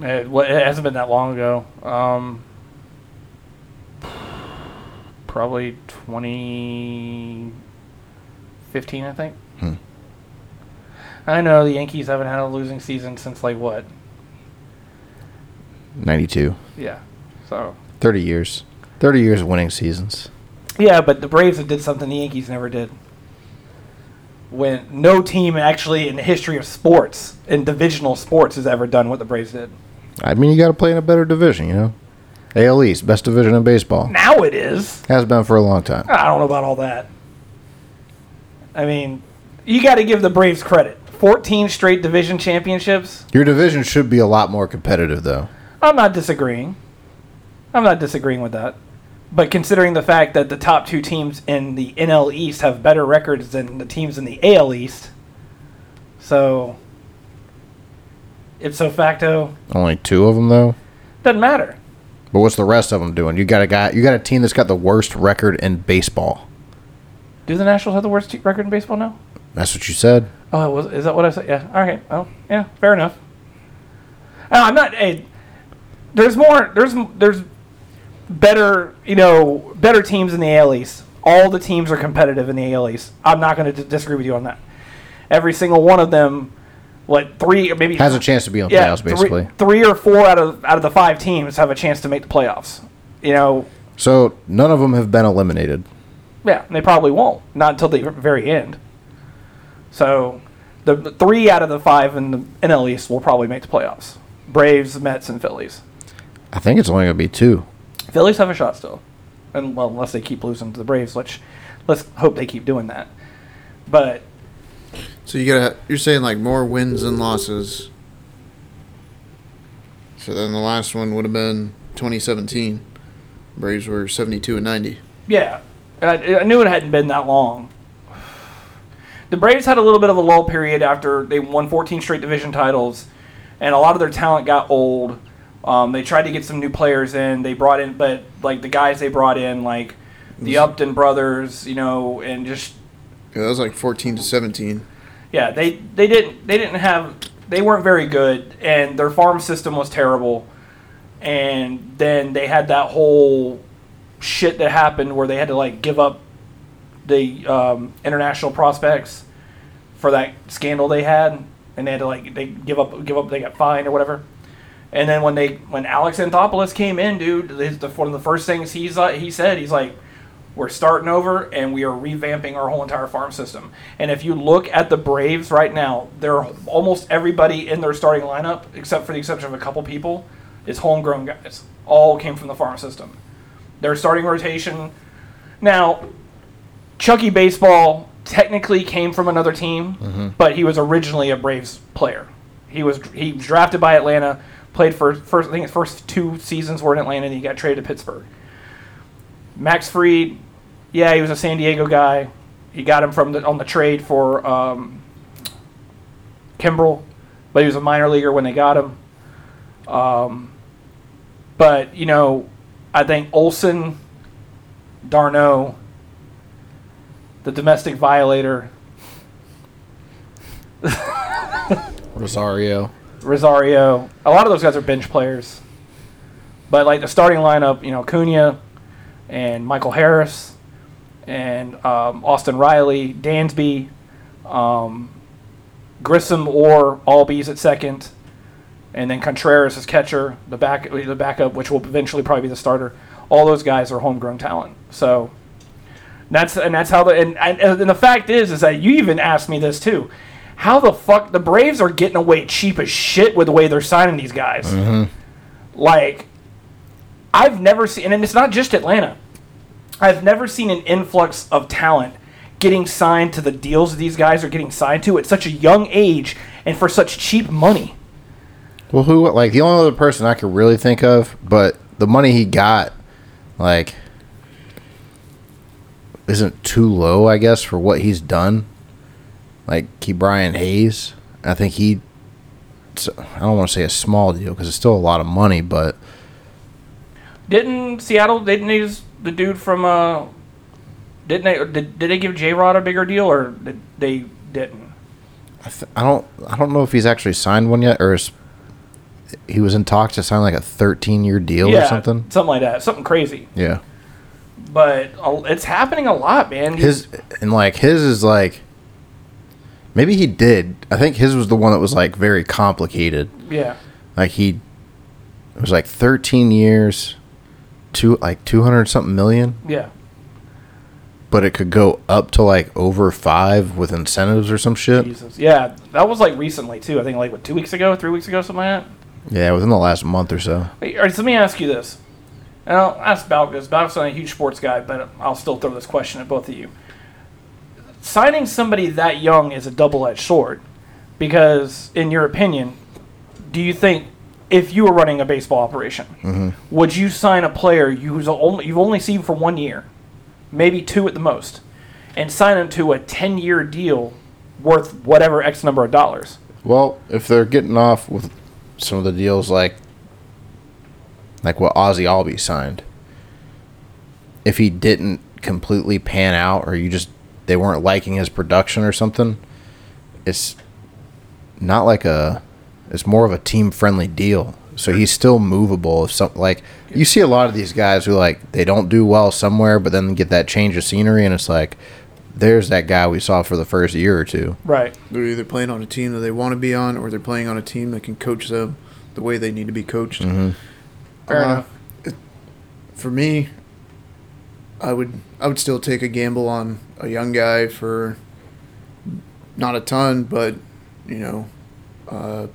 Speaker 2: it, wa- it hasn't been that long ago. Um, probably 2015, I think.
Speaker 1: Hmm.
Speaker 2: I know the Yankees haven't had a losing season since like what?
Speaker 1: 92.
Speaker 2: Yeah. So
Speaker 1: 30 years. 30 years of winning seasons.
Speaker 2: Yeah, but the Braves did something the Yankees never did. When no team actually in the history of sports, in divisional sports, has ever done what the Braves did.
Speaker 1: I mean, you got to play in a better division, you know? AL East, best division in baseball.
Speaker 2: Now it is.
Speaker 1: Has been for a long time.
Speaker 2: I don't know about all that. I mean, you got to give the Braves credit. 14 straight division championships.
Speaker 1: Your division should be a lot more competitive, though.
Speaker 2: I'm not disagreeing. I'm not disagreeing with that. But considering the fact that the top two teams in the NL East have better records than the teams in the AL East, so ipso facto,
Speaker 1: Only two of them, though.
Speaker 2: doesn't matter.
Speaker 1: But what's the rest of them doing? You got a guy. You got a team that's got the worst record in baseball.
Speaker 2: Do the Nationals have the worst te- record in baseball now?
Speaker 1: That's what you said.
Speaker 2: Oh, it was, is that what I said? Yeah. All right. Oh, yeah. Fair enough. Uh, I'm not. eh, there's more. There's m- there's better. You know, better teams in the AL East. All the teams are competitive in the AL East. I'm not going to d- disagree with you on that. Every single one of them, what three maybe
Speaker 1: Has a chance to be on the playoffs,
Speaker 2: three-
Speaker 1: basically.
Speaker 2: three or four out of out of the five teams have a chance to make the playoffs. You know,
Speaker 1: So none of them have been eliminated.
Speaker 2: yeah, and they probably won't. Not until the very end. So, the the three out of the five in the NL East will probably make the playoffs: Braves, Mets, and Phillies.
Speaker 1: I think it's only going to be two.
Speaker 2: Phillies have a shot still, and well, unless they keep losing to the Braves, which let's hope they keep doing that. But
Speaker 3: So you gotta. You're saying, like, more wins than losses. So then the last one would have been 2017. Braves were 72 and 90.
Speaker 2: yeah, I, I knew it hadn't been that long. The Braves had a little bit of a lull period after they won 14 straight division titles, and a lot of their talent got old. Um, they tried to get some new players in. They brought in, but like the guys they brought in, like the Upton brothers, you know, and just
Speaker 3: Yeah, that was like 14 to 17.
Speaker 2: yeah, they they didn't they didn't have they weren't very good, and their farm system was terrible. And then they had that whole shit that happened where they had to like give up the um, international prospects for that scandal they had, and they had to like they give up give up they got fined or whatever. And then when they when Alex Anthopoulos came in, dude, his, the, one of the first things he's uh, he said he's like, we're starting over and we are revamping our whole entire farm system. And if you look at the Braves right now, they're almost everybody in their starting lineup, except for the exception of a couple people, is homegrown guys. All came from the farm system. Their starting rotation. Now, Chucky Baseball technically came from another team, but he was originally a Braves player. He was he was drafted by Atlanta, played for first I think his first two seasons were in Atlanta, and he got traded to Pittsburgh. Max Freed, yeah, he was a San Diego guy. He got him from the, on the trade for um, Kimbrell, but he was a minor leaguer when they got him. Um, but you know, I think Olson, Darno, the domestic violator,
Speaker 1: Rosario.
Speaker 2: Rosario. A lot of those guys are bench players. But like the starting lineup, you know, Cunha and Michael Harris and um, Austin Riley, Dansby, um, Grissom or Albies at second, and then Contreras as catcher, the back the backup, which will eventually probably be the starter. All those guys are homegrown talent. So that's and that's how the and, and and the fact is is that you even asked me this too. How the fuck the Braves are getting away cheap as shit with the way they're signing these guys. Like I've never seen and it's not just Atlanta. I've never seen an influx of talent getting signed to the deals these guys are getting signed to at such a young age and for such cheap money.
Speaker 1: Well, who like the only other person I could really think of, but the money he got, like, isn't too low, I guess, for what he's done. Like, Key Brian Hayes, I think he, it's- I don't want to say a small deal because it's still a lot of money, but
Speaker 2: Didn't Seattle? Didn't they use the dude from? Uh, didn't they? or Did, did they give J Rod a bigger deal, or did they didn't?
Speaker 1: I, th- I don't, I don't know if he's actually signed one yet or is, he was in talks to sign like a 13 year deal or something.
Speaker 2: something like that, something crazy.
Speaker 1: Yeah.
Speaker 2: But uh, it's happening a lot, man.
Speaker 1: his and like his is like maybe he did i think his was the one that was like very complicated
Speaker 2: yeah,
Speaker 1: like he it was like 13 years to like 200 something million
Speaker 2: yeah,
Speaker 1: but it could go up to like over five with incentives or some shit
Speaker 2: Jesus, yeah. That was like recently too. I think like what two weeks ago, three weeks ago, something like that.
Speaker 1: yeah within the last month or so
Speaker 2: Wait, all right, so let me ask you this. And I'll ask Balk this. Balk's not a huge sports guy, but I'll still throw this question at both of you. Signing somebody that young is a double edged sword because, in your opinion, do you think if you were running a baseball operation, would you sign a player you- who's only, you've only seen for one year, maybe two at the most, and sign him to a 10 year deal worth whatever X number of dollars?
Speaker 1: Well, if they're getting off with some of the deals like like what Ozzy Albee signed. If he didn't completely pan out or you just they weren't liking his production or something, it's not like a it's more of a team friendly deal. So he's still movable if some like you see a lot of these guys who like they don't do well somewhere but then get that change of scenery and it's like there's that guy we saw for the first year or two.
Speaker 2: Right.
Speaker 3: They're either playing on a team that they want to be on, or they're playing on a team that can coach them the way they need to be coached.
Speaker 2: Fair
Speaker 3: Uh,
Speaker 2: enough.
Speaker 3: For me, I would I would still take a gamble on a young guy for not a ton, but you know, uh,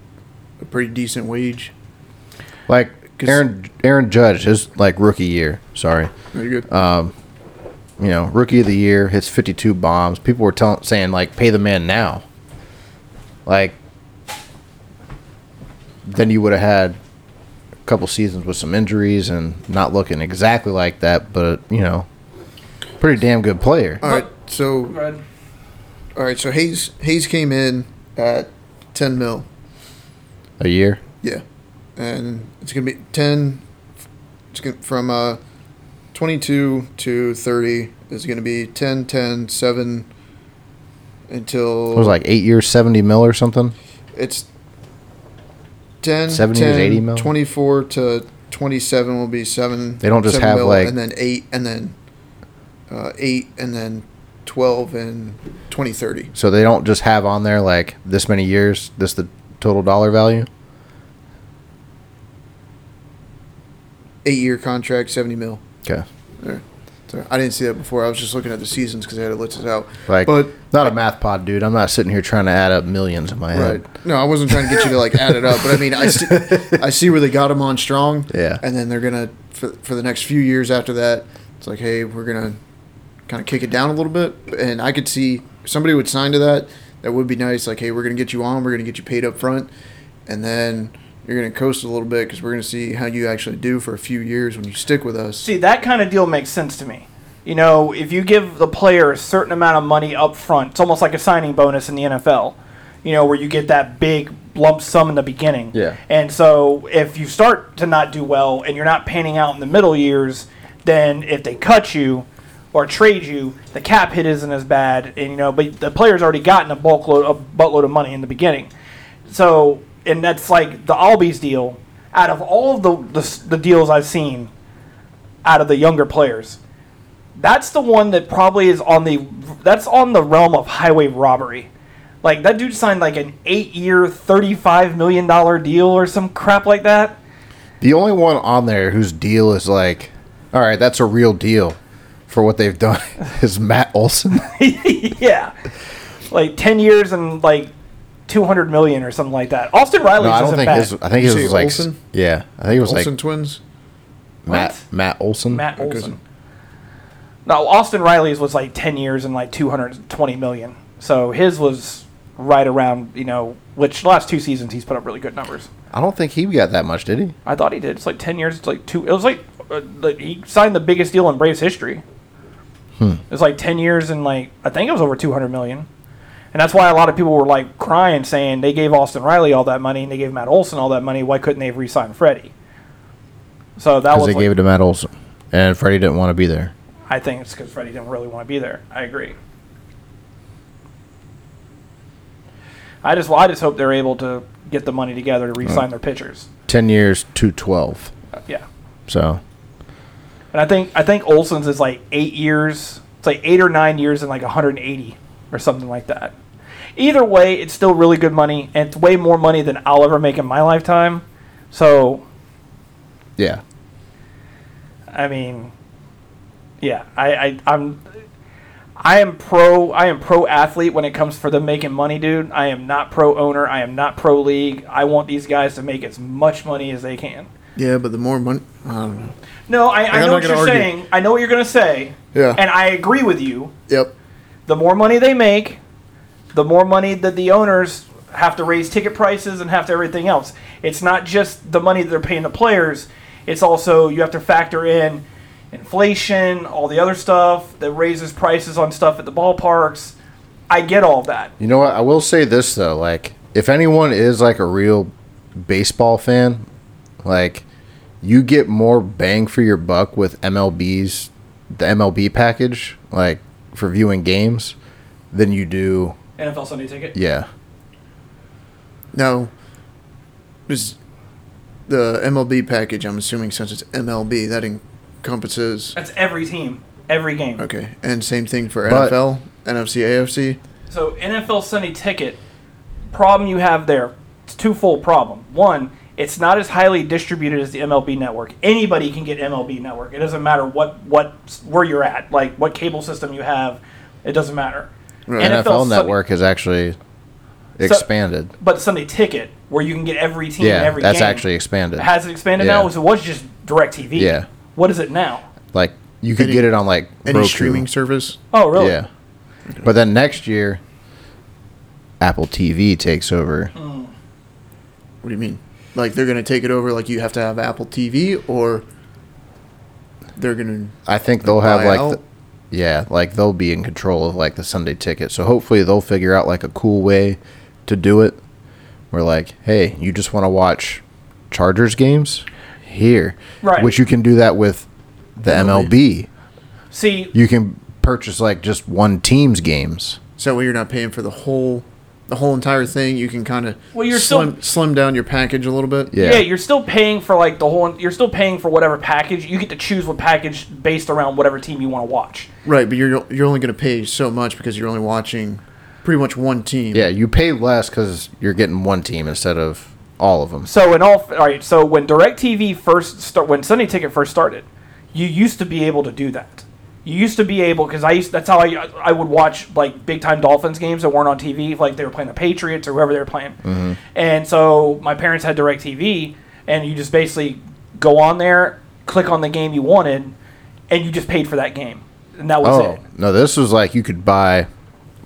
Speaker 3: a pretty decent wage.
Speaker 1: Like
Speaker 3: 'Cause-
Speaker 1: Aaron Aaron Judge, his like rookie year. Sorry,
Speaker 3: Very good.
Speaker 1: you know, rookie of the year hits fifty two bombs. People were telling saying like, pay the man now. Like, then you would have had a couple seasons with some injuries and not looking exactly like that, but you know, pretty damn good player.
Speaker 3: all right, so
Speaker 2: Go ahead.
Speaker 3: All right, so Hayes Hayes came in at ten mil.
Speaker 1: A year.
Speaker 3: Yeah, and it's gonna be ten. It's gonna, from uh, twenty two to thirty is gonna be 10, 10, 7 until
Speaker 1: It was like eight years, seventy mil or something.
Speaker 3: it's 10,
Speaker 1: Seven years,
Speaker 3: 10,
Speaker 1: 80 mil?
Speaker 3: 24 to twenty seven will be seven.
Speaker 1: They don't just
Speaker 3: seven
Speaker 1: have, like-
Speaker 3: and then eight and then uh, eight and then twelve and twenty thirty.
Speaker 1: So they don't just have on there like this many years. This the total dollar value.
Speaker 3: Eight year contract, seventy mil.
Speaker 1: Okay.
Speaker 3: There. So I didn't see that before. I was just looking at the seasons because I had it listed out.
Speaker 1: Like,
Speaker 3: but
Speaker 1: not a math pod, dude. I'm not sitting here trying to add up millions in my head.
Speaker 3: right, no, I wasn't trying to get you to like add it up. But I mean, I see, I see where they got him on strong.
Speaker 1: Yeah.
Speaker 3: and then they're gonna for for the next few years after that, it's like, hey, we're gonna kind of kick it down a little bit. And I could see somebody would sign to that. That would be nice. Like, hey, we're gonna get you on. We're gonna get you paid up front, and then. You're gonna coast a little bit because we're gonna see how you actually do for a few years when you stick with us.
Speaker 2: See, that kind of deal makes sense to me. You know, if you give the player a certain amount of money up front, it's almost like a signing bonus in the NFL. you know, where you get that big lump sum in the beginning.
Speaker 1: Yeah.
Speaker 2: And so if you start to not do well and you're not panning out in the middle years, then if they cut you or trade you, the cap hit isn't as bad. And you know, but the player's already gotten a bulk load, a buttload of money in the beginning. So and that's like the Albies deal. Out of all the the, s- the deals I've seen, out of the younger players, that's the one that probably is on the that's on the realm of highway robbery. Like that dude signed like an eight-year, thirty-five million dollar deal or some crap like that.
Speaker 1: The only one on there whose deal is like, all right, that's a real deal for what they've done is Matt Olson.
Speaker 2: yeah, like ten years and like two hundred million or something like that. Austin Riley
Speaker 1: No, I don't
Speaker 2: isn't
Speaker 1: think
Speaker 2: bad.
Speaker 1: his. I think his
Speaker 3: You
Speaker 1: was
Speaker 3: say
Speaker 1: like,
Speaker 3: Olsen?
Speaker 1: yeah, I think it was
Speaker 3: Olsen
Speaker 1: like
Speaker 3: twins.
Speaker 1: Matt
Speaker 2: What?
Speaker 1: Matt Olson.
Speaker 2: Matt
Speaker 3: Okay.
Speaker 2: Olson. No, Austin Riley's was like ten years and like two hundred twenty million. So his was right around you know, which last two seasons he's put up really good numbers.
Speaker 1: I don't think he got that much, did he?
Speaker 2: I thought he did. It's like ten years. It's like two. It was like uh, like, he signed the biggest deal in Braves history. Hmm. It was like ten years and like I think it was over two hundred million, and that's why a lot of people were like crying, saying they gave Austin Riley all that money and they gave Matt Olson all that money. Why couldn't they have re-signed Freddie? So that
Speaker 1: Because
Speaker 2: was
Speaker 1: they
Speaker 2: like,
Speaker 1: gave it to Matt Olson, and Freddie didn't want to be there.
Speaker 2: I think it's because Freddie didn't really want to be there. I agree. I just well, I just hope they're able to get the money together to re-sign their pitchers.
Speaker 1: Ten years, two twelve.
Speaker 2: Uh, yeah.
Speaker 1: So
Speaker 2: And I think I think Olson's is like eight years. It's like eight or nine years and like 180 or something like that. Either way, it's still really good money, and it's way more money than I'll ever make in my lifetime. So,
Speaker 1: yeah,
Speaker 2: I mean, yeah, I, I I'm I am pro I am pro athlete when it comes for them making money, dude. I am not pro owner. I am not pro league. I want these guys to make as much money as they can.
Speaker 3: Yeah, but the more um, money, I don't know.
Speaker 2: No, I, I
Speaker 3: I'm
Speaker 2: know
Speaker 3: not
Speaker 2: what you're
Speaker 3: gonna argue.
Speaker 2: saying. I know what you're gonna say.
Speaker 3: Yeah.
Speaker 2: And I agree with you.
Speaker 3: Yep.
Speaker 2: the more money they make, the more money that the owners have to raise ticket prices and have to everything else. It's not just the money that they're paying the players. It's also you have to factor in inflation, all the other stuff that raises prices on stuff at the ballparks. I get all that.
Speaker 1: you know what? I will say this though, like if anyone is like a real baseball fan, like you get more bang for your buck with MLB's the MLB package, like for viewing games, than you do.
Speaker 2: NFL Sunday ticket.
Speaker 1: Yeah,
Speaker 3: No. Is the MLB package? I'm assuming since it's MLB, that encompasses.
Speaker 2: That's every team, every game.
Speaker 3: Okay, and same thing for
Speaker 1: But-
Speaker 3: NFL, NFC, AFC.
Speaker 2: So NFL Sunday Ticket problem you have there, it's twofold problem. One, it's not as highly distributed as the MLB network. Anybody can get MLB network. It doesn't matter what what where you're at, like what cable system you have. It doesn't matter.
Speaker 3: Right.
Speaker 1: NFL,
Speaker 2: Sunday-
Speaker 1: Network has actually expanded.
Speaker 2: but Sunday Ticket, where you can get every team, and
Speaker 1: yeah,
Speaker 2: every
Speaker 1: that's
Speaker 2: game,
Speaker 1: actually expanded.
Speaker 2: has it expanded
Speaker 1: Yeah.
Speaker 2: now? So it was just Directv.
Speaker 1: Yeah.
Speaker 2: What is it now?
Speaker 1: like you could
Speaker 3: Any-
Speaker 1: get it on like
Speaker 3: Any
Speaker 1: Roku.
Speaker 3: streaming service?
Speaker 2: Oh, really?
Speaker 1: Yeah, but then next year, Apple TV takes
Speaker 2: Hmm.
Speaker 1: over.
Speaker 3: What do you mean? Like they're gonna take it over? Like you have to have Apple TV, or they're gonna
Speaker 1: I think they'll have
Speaker 3: buy
Speaker 1: like,
Speaker 3: out?
Speaker 1: the, yeah, like they'll be in control of like the Sunday ticket. So hopefully they'll figure out like a cool way to do it. Where like, hey, you just want to watch Chargers games here,
Speaker 2: Right.
Speaker 1: Which you can do that with the MLB.
Speaker 2: See,
Speaker 1: You can purchase like just one team's games.
Speaker 3: so you're not paying for the whole the whole entire thing. You can kind of
Speaker 2: Well, you're still-
Speaker 3: slim slim down your package a little bit.
Speaker 1: Yeah.
Speaker 2: Yeah. you're still paying for like the whole. You're still paying for whatever package. You get to choose what package based around whatever team you want to watch.
Speaker 3: Right, but you're you're only gonna pay so much because you're only watching pretty much one team.
Speaker 1: Yeah, you pay less because you're getting one team instead of all of them.
Speaker 2: So in all, all right. So when Directv first start, when Sunday Ticket first started, you used to be able to do that. You used to be able because I used. That's how I I would watch like big time Dolphins games that weren't on TV, like they were playing the Patriots or whoever they were playing.
Speaker 1: Mm-hmm.
Speaker 2: And so my parents had Directv, and you just basically go on there, click on the game you wanted, and you just paid for that game, and that was
Speaker 1: Oh
Speaker 2: it.
Speaker 1: no, this was like you could buy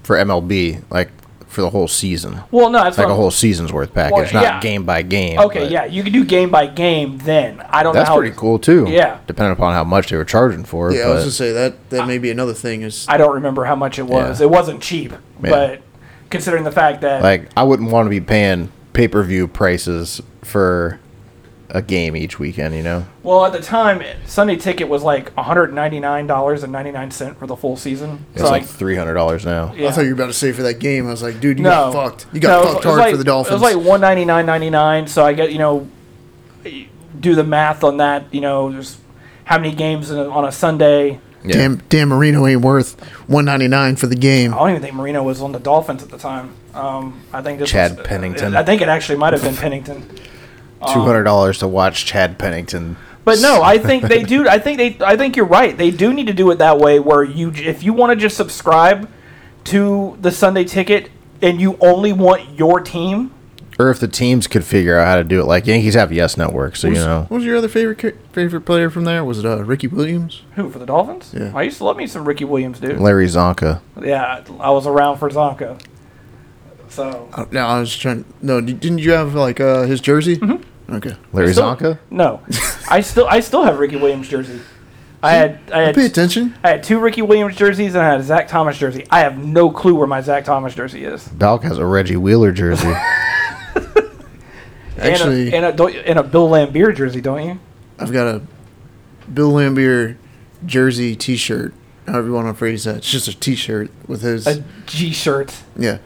Speaker 1: for MLB like for the whole season.
Speaker 2: Well, no, that's
Speaker 1: like
Speaker 2: what
Speaker 1: a
Speaker 2: I'm-
Speaker 1: whole season's worth package, not
Speaker 2: yeah.
Speaker 1: game by game.
Speaker 2: Okay,
Speaker 1: but
Speaker 2: yeah, you can do game by game. Then I don't know.
Speaker 1: That's
Speaker 2: how-
Speaker 1: pretty cool too.
Speaker 2: Yeah.
Speaker 1: Depending upon how much they were charging for.
Speaker 3: yeah. I
Speaker 1: but
Speaker 3: was gonna say that that may be another thing is
Speaker 2: I don't remember how much it was.
Speaker 1: Yeah.
Speaker 2: It wasn't cheap,
Speaker 1: Yeah.
Speaker 2: but considering the fact that
Speaker 1: Like I wouldn't want to be paying pay per view prices for a game each weekend. You know,
Speaker 2: well at the time Sunday ticket was like one hundred ninety nine dollars and ninety nine cent for the full season.
Speaker 1: it's
Speaker 2: so
Speaker 1: like
Speaker 2: like,
Speaker 1: three hundred dollars now.
Speaker 2: yeah.
Speaker 3: I thought you were about to say for that game. I was like, dude, you
Speaker 2: no
Speaker 3: got fucked. You got
Speaker 2: No, it was
Speaker 3: fucked hard
Speaker 2: like-
Speaker 3: for the
Speaker 2: It
Speaker 3: Dolphins.
Speaker 2: was like one ninety nine ninety nine. So I get you know do the math on that. You know there's how many games in a, on a Sunday.
Speaker 1: Yeah.
Speaker 3: damn, damn, Marino ain't worth one ninety nine for the game.
Speaker 2: I don't even think Marino was on the Dolphins at the time. Um, I think this
Speaker 1: Chad
Speaker 2: was-
Speaker 1: Pennington.
Speaker 2: I think it actually might have been Pennington.
Speaker 1: Two hundred dollars to watch Chad Pennington.
Speaker 2: Um, But no, I think they do. I think they. I think you're right. They do need to do it that way, where you, j- if you want to just subscribe to the Sunday ticket and you only want your team,
Speaker 1: Or if the teams could figure out how to do it, like Yankees have Yes Network, so you know.
Speaker 3: What was your other favorite ca- favorite player from there? Was it uh, Ricky Williams?
Speaker 2: who for the Dolphins?
Speaker 3: Yeah.
Speaker 2: I used to love me some Ricky Williams, dude.
Speaker 1: Larry Zonka.
Speaker 2: Yeah, I was around for Zonka, so
Speaker 3: I, no, I was trying. No, d- didn't you have like uh, his jersey? Mm-hmm. Okay.
Speaker 1: Larry
Speaker 2: Still-
Speaker 1: Zonka?
Speaker 2: No, I still I still have Ricky Williams jersey. I had I
Speaker 3: Pay
Speaker 2: had
Speaker 3: attention.
Speaker 2: I had two Ricky Williams jerseys and I had a Zach Thomas jersey. I have no clue where my Zach Thomas jersey is.
Speaker 1: Doc has a Reggie Wheeler jersey.
Speaker 2: and
Speaker 3: Actually,
Speaker 2: a, and a, don't, you- and a Bill Lambier jersey, don't you?
Speaker 3: I've got a Bill Lambier jersey T-shirt. However you want to phrase that, it's just a T-shirt with his.
Speaker 2: A G shirt.
Speaker 3: yeah,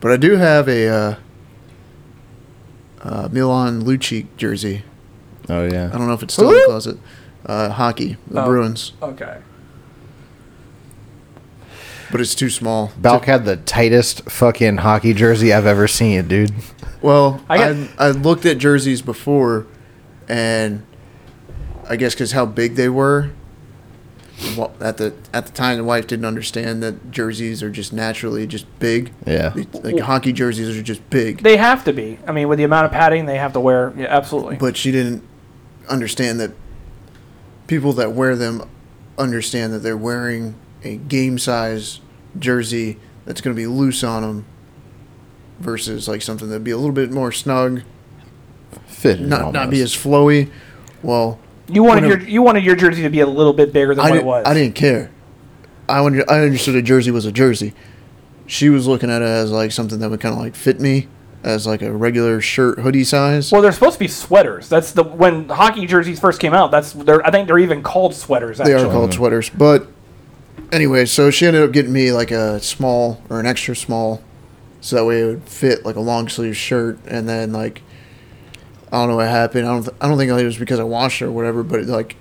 Speaker 3: but I do have a uh, uh, Milan Lucic jersey.
Speaker 1: oh
Speaker 3: I
Speaker 1: yeah.
Speaker 3: don't know if it's still in the closet. Uh, hockey, the
Speaker 2: Oh.
Speaker 3: Bruins,
Speaker 2: Okay.
Speaker 3: but it's too small.
Speaker 1: Balk had the tightest fucking hockey jersey I've ever seen, dude.
Speaker 3: Well,
Speaker 2: I
Speaker 3: I,
Speaker 2: got-
Speaker 3: I, looked at jerseys before, and I guess because how big they were, wa- at the at the time the wife didn't understand that jerseys are just naturally just big.
Speaker 1: Yeah.
Speaker 3: They- like hockey jerseys are just big.
Speaker 2: They have to be. I mean, with the amount of padding they have to wear, yeah, absolutely.
Speaker 3: but she didn't understand that people that wear them understand that they're wearing a game size jersey that's going to be loose on them versus like something that'd be a little bit more snug,
Speaker 1: Fit.
Speaker 3: not not be as flowy. Well,
Speaker 2: you wanted your
Speaker 3: whenever-
Speaker 2: you wanted your jersey to be a little bit bigger than
Speaker 3: I
Speaker 2: what
Speaker 3: didn't,
Speaker 2: it was.
Speaker 3: I didn't care. I under, I understood a jersey was a jersey. She was looking at it as like something that would kind of like fit me as like a regular shirt hoodie size.
Speaker 2: Well, they're supposed to be sweaters. That's the when hockey jerseys first came out. That's they're, I think they're even called sweaters.
Speaker 3: They
Speaker 2: Actually,
Speaker 3: are called sweaters. But anyway, so she ended up getting me like a small or an extra small, so that way it would fit like a long sleeve shirt. And then like, I don't know what happened. I don't. Th- I don't think it was because I washed it or whatever. But it, like,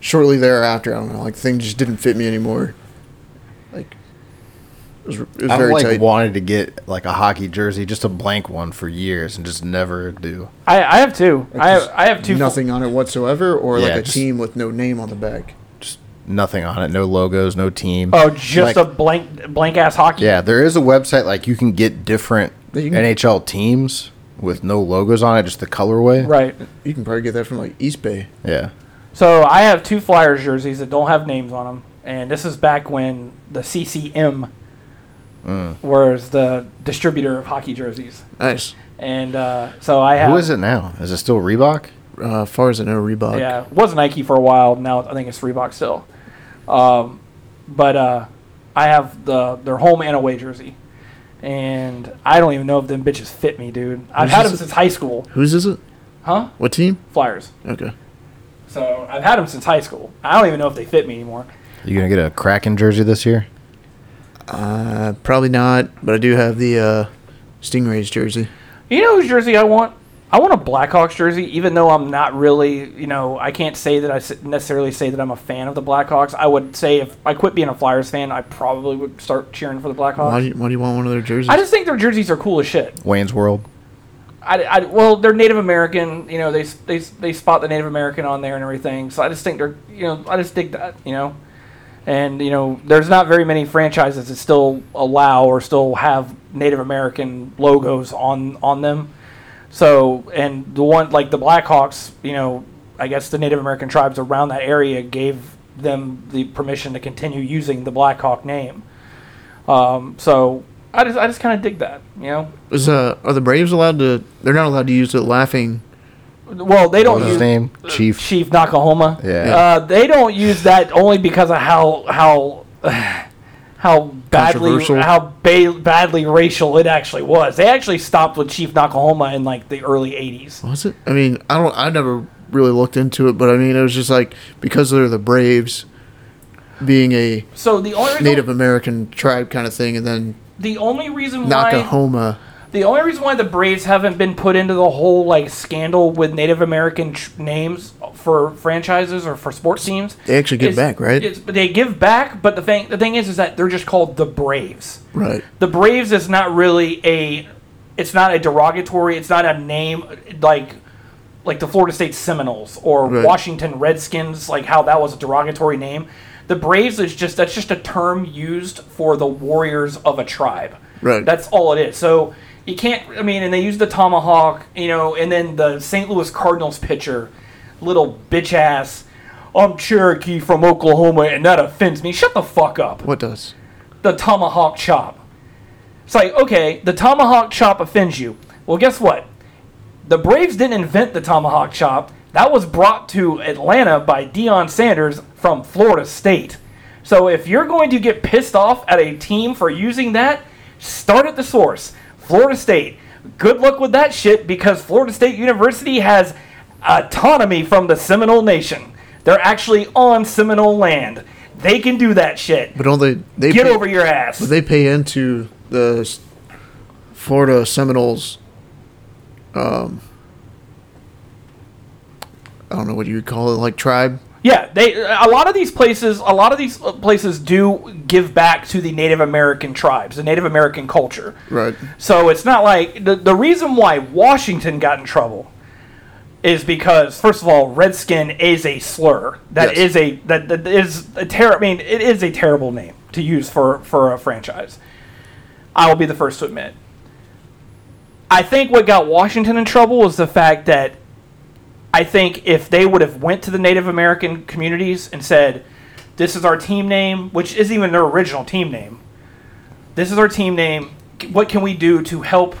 Speaker 3: shortly thereafter, I don't know. Like, thing just didn't fit me anymore. Like, it was, it was
Speaker 1: I've
Speaker 3: very
Speaker 1: like
Speaker 3: tight.
Speaker 1: wanted to get like a hockey jersey, just a blank one for years, and just never do.
Speaker 2: I, I have two. I have
Speaker 3: Just
Speaker 2: I have two.
Speaker 3: Nothing on it whatsoever, or
Speaker 1: Yeah,
Speaker 3: like a
Speaker 1: just-
Speaker 3: team with no name on the back.
Speaker 1: Just nothing on it, no logos, no team.
Speaker 2: Oh, just
Speaker 1: Like-
Speaker 2: a blank blank ass hockey.
Speaker 1: Yeah, there is a website like you can get different
Speaker 3: Yeah, you can-
Speaker 1: NHL teams with no logos on it, just the colorway.
Speaker 2: Right.
Speaker 3: You can probably get that from like East Bay.
Speaker 1: Yeah.
Speaker 2: So I have two Flyers jerseys that don't have names on them, and this is back when the CCM
Speaker 3: Mm.
Speaker 2: was the distributor of hockey jerseys,
Speaker 3: Nice.
Speaker 2: and uh, so I have.
Speaker 1: Who is it now? Is it still Reebok?
Speaker 3: Uh, far as I know, Reebok.
Speaker 2: Yeah, was Nike for a while. Now I think it's Reebok still. Um, but uh, I have the their home and away jersey, and I don't even know if them bitches fit me, dude. I've had them since high school,
Speaker 3: Whose is it?
Speaker 2: huh?
Speaker 3: What team?
Speaker 2: Flyers.
Speaker 3: Okay.
Speaker 2: So I've had them since high school. I don't even know if they fit me anymore.
Speaker 1: You gonna get a Kraken jersey this year?
Speaker 3: Uh, probably not, but I do have the uh, Stingrays jersey.
Speaker 2: You know whose jersey I want? I want a Blackhawks jersey, even though I'm not really, you know, I can't say that I s- necessarily say that I'm a fan of the Blackhawks. I would say if I quit being a Flyers fan, I probably would start cheering for the
Speaker 3: Why
Speaker 2: Blackhawks.
Speaker 3: do, you, why do you want one of their jerseys?
Speaker 2: I just think their jerseys are cool as shit.
Speaker 1: Wayne's World.
Speaker 2: I, I, well, they're Native American. You know, they, s- they s- they spot the Native American on there and everything. So I just think they're you know I just dig that you know, and you know there's not very many franchises that still allow or still have Native American logos on on them. So and the one like the Blackhawks, you know, I guess the Native American tribes around that area gave them the permission to continue using the Blackhawk name. Um, so I just I just kind of dig that you know.
Speaker 3: Is, uh, are the Braves allowed to? They're not allowed to use the laughing.
Speaker 2: Well, they don't
Speaker 1: What's his
Speaker 2: use
Speaker 3: Oh,
Speaker 1: name? Chief.
Speaker 2: Chief Nakahoma.
Speaker 1: Yeah.
Speaker 2: Uh, they don't use that only because of how how how badly
Speaker 3: Controversial.
Speaker 2: how ba- badly racial it actually was. They actually stopped with Chief Nakahoma in like the early '80s.
Speaker 3: Was it? I mean, I don't. I never really looked into it, but I mean, it was just like because they're the Braves, being a
Speaker 2: So the only reason,
Speaker 3: Native American tribe kind of thing, and then
Speaker 2: the only reason why
Speaker 3: Nakahoma.
Speaker 2: The only reason why the Braves haven't been put into the whole like scandal with Native American tr- names for franchises or for sports teams,
Speaker 3: They actually give
Speaker 2: is-
Speaker 3: back, right?
Speaker 2: is- they give back, but the thing the thing is, is that they're just called the Braves.
Speaker 3: Right.
Speaker 2: The Braves is not really a, it's not a derogatory. It's not a name like, like the Florida State Seminoles or
Speaker 3: Right.
Speaker 2: Washington Redskins. Like how that was a derogatory name. The Braves is just that's just a term used for the warriors of a tribe.
Speaker 3: Right.
Speaker 2: That's all it is. So you can't. I mean, and they use the tomahawk, you know, and then the St. Louis Cardinals pitcher, little bitch ass. I'm Cherokee from Oklahoma, and that offends me. Shut the fuck up.
Speaker 3: What does?
Speaker 2: The tomahawk chop. It's like okay, the tomahawk chop offends you. Well, guess what? The Braves didn't invent the tomahawk chop. That was brought to Atlanta by Deion Sanders from Florida State. So if you're going to get pissed off at a team for using that, start at the source. Florida State. Good luck with that shit because Florida State University has autonomy from the Seminole Nation. They're actually on Seminole land. They can do that shit.
Speaker 3: But don't they? They
Speaker 2: Get
Speaker 3: pay,
Speaker 2: over your ass.
Speaker 3: They pay into the S- Florida Seminoles. Um. I don't know what you would call it, like tribe.
Speaker 2: Yeah, they a lot of these places, a lot of these places do give back to the Native American tribes, the Native American culture.
Speaker 3: Right.
Speaker 2: So it's not like the, the reason why Washington got in trouble is because first of all, redskin is a slur. That
Speaker 3: Yes.
Speaker 2: is a that, that is a terrible. I mean, it is a terrible name to use for for a franchise. I will be the first to admit. I think what got Washington in trouble was the fact that I think if they would have went to the Native American communities and said, "This is our team name," which isn't even their original team name. This is our team name. C- What can we do to help,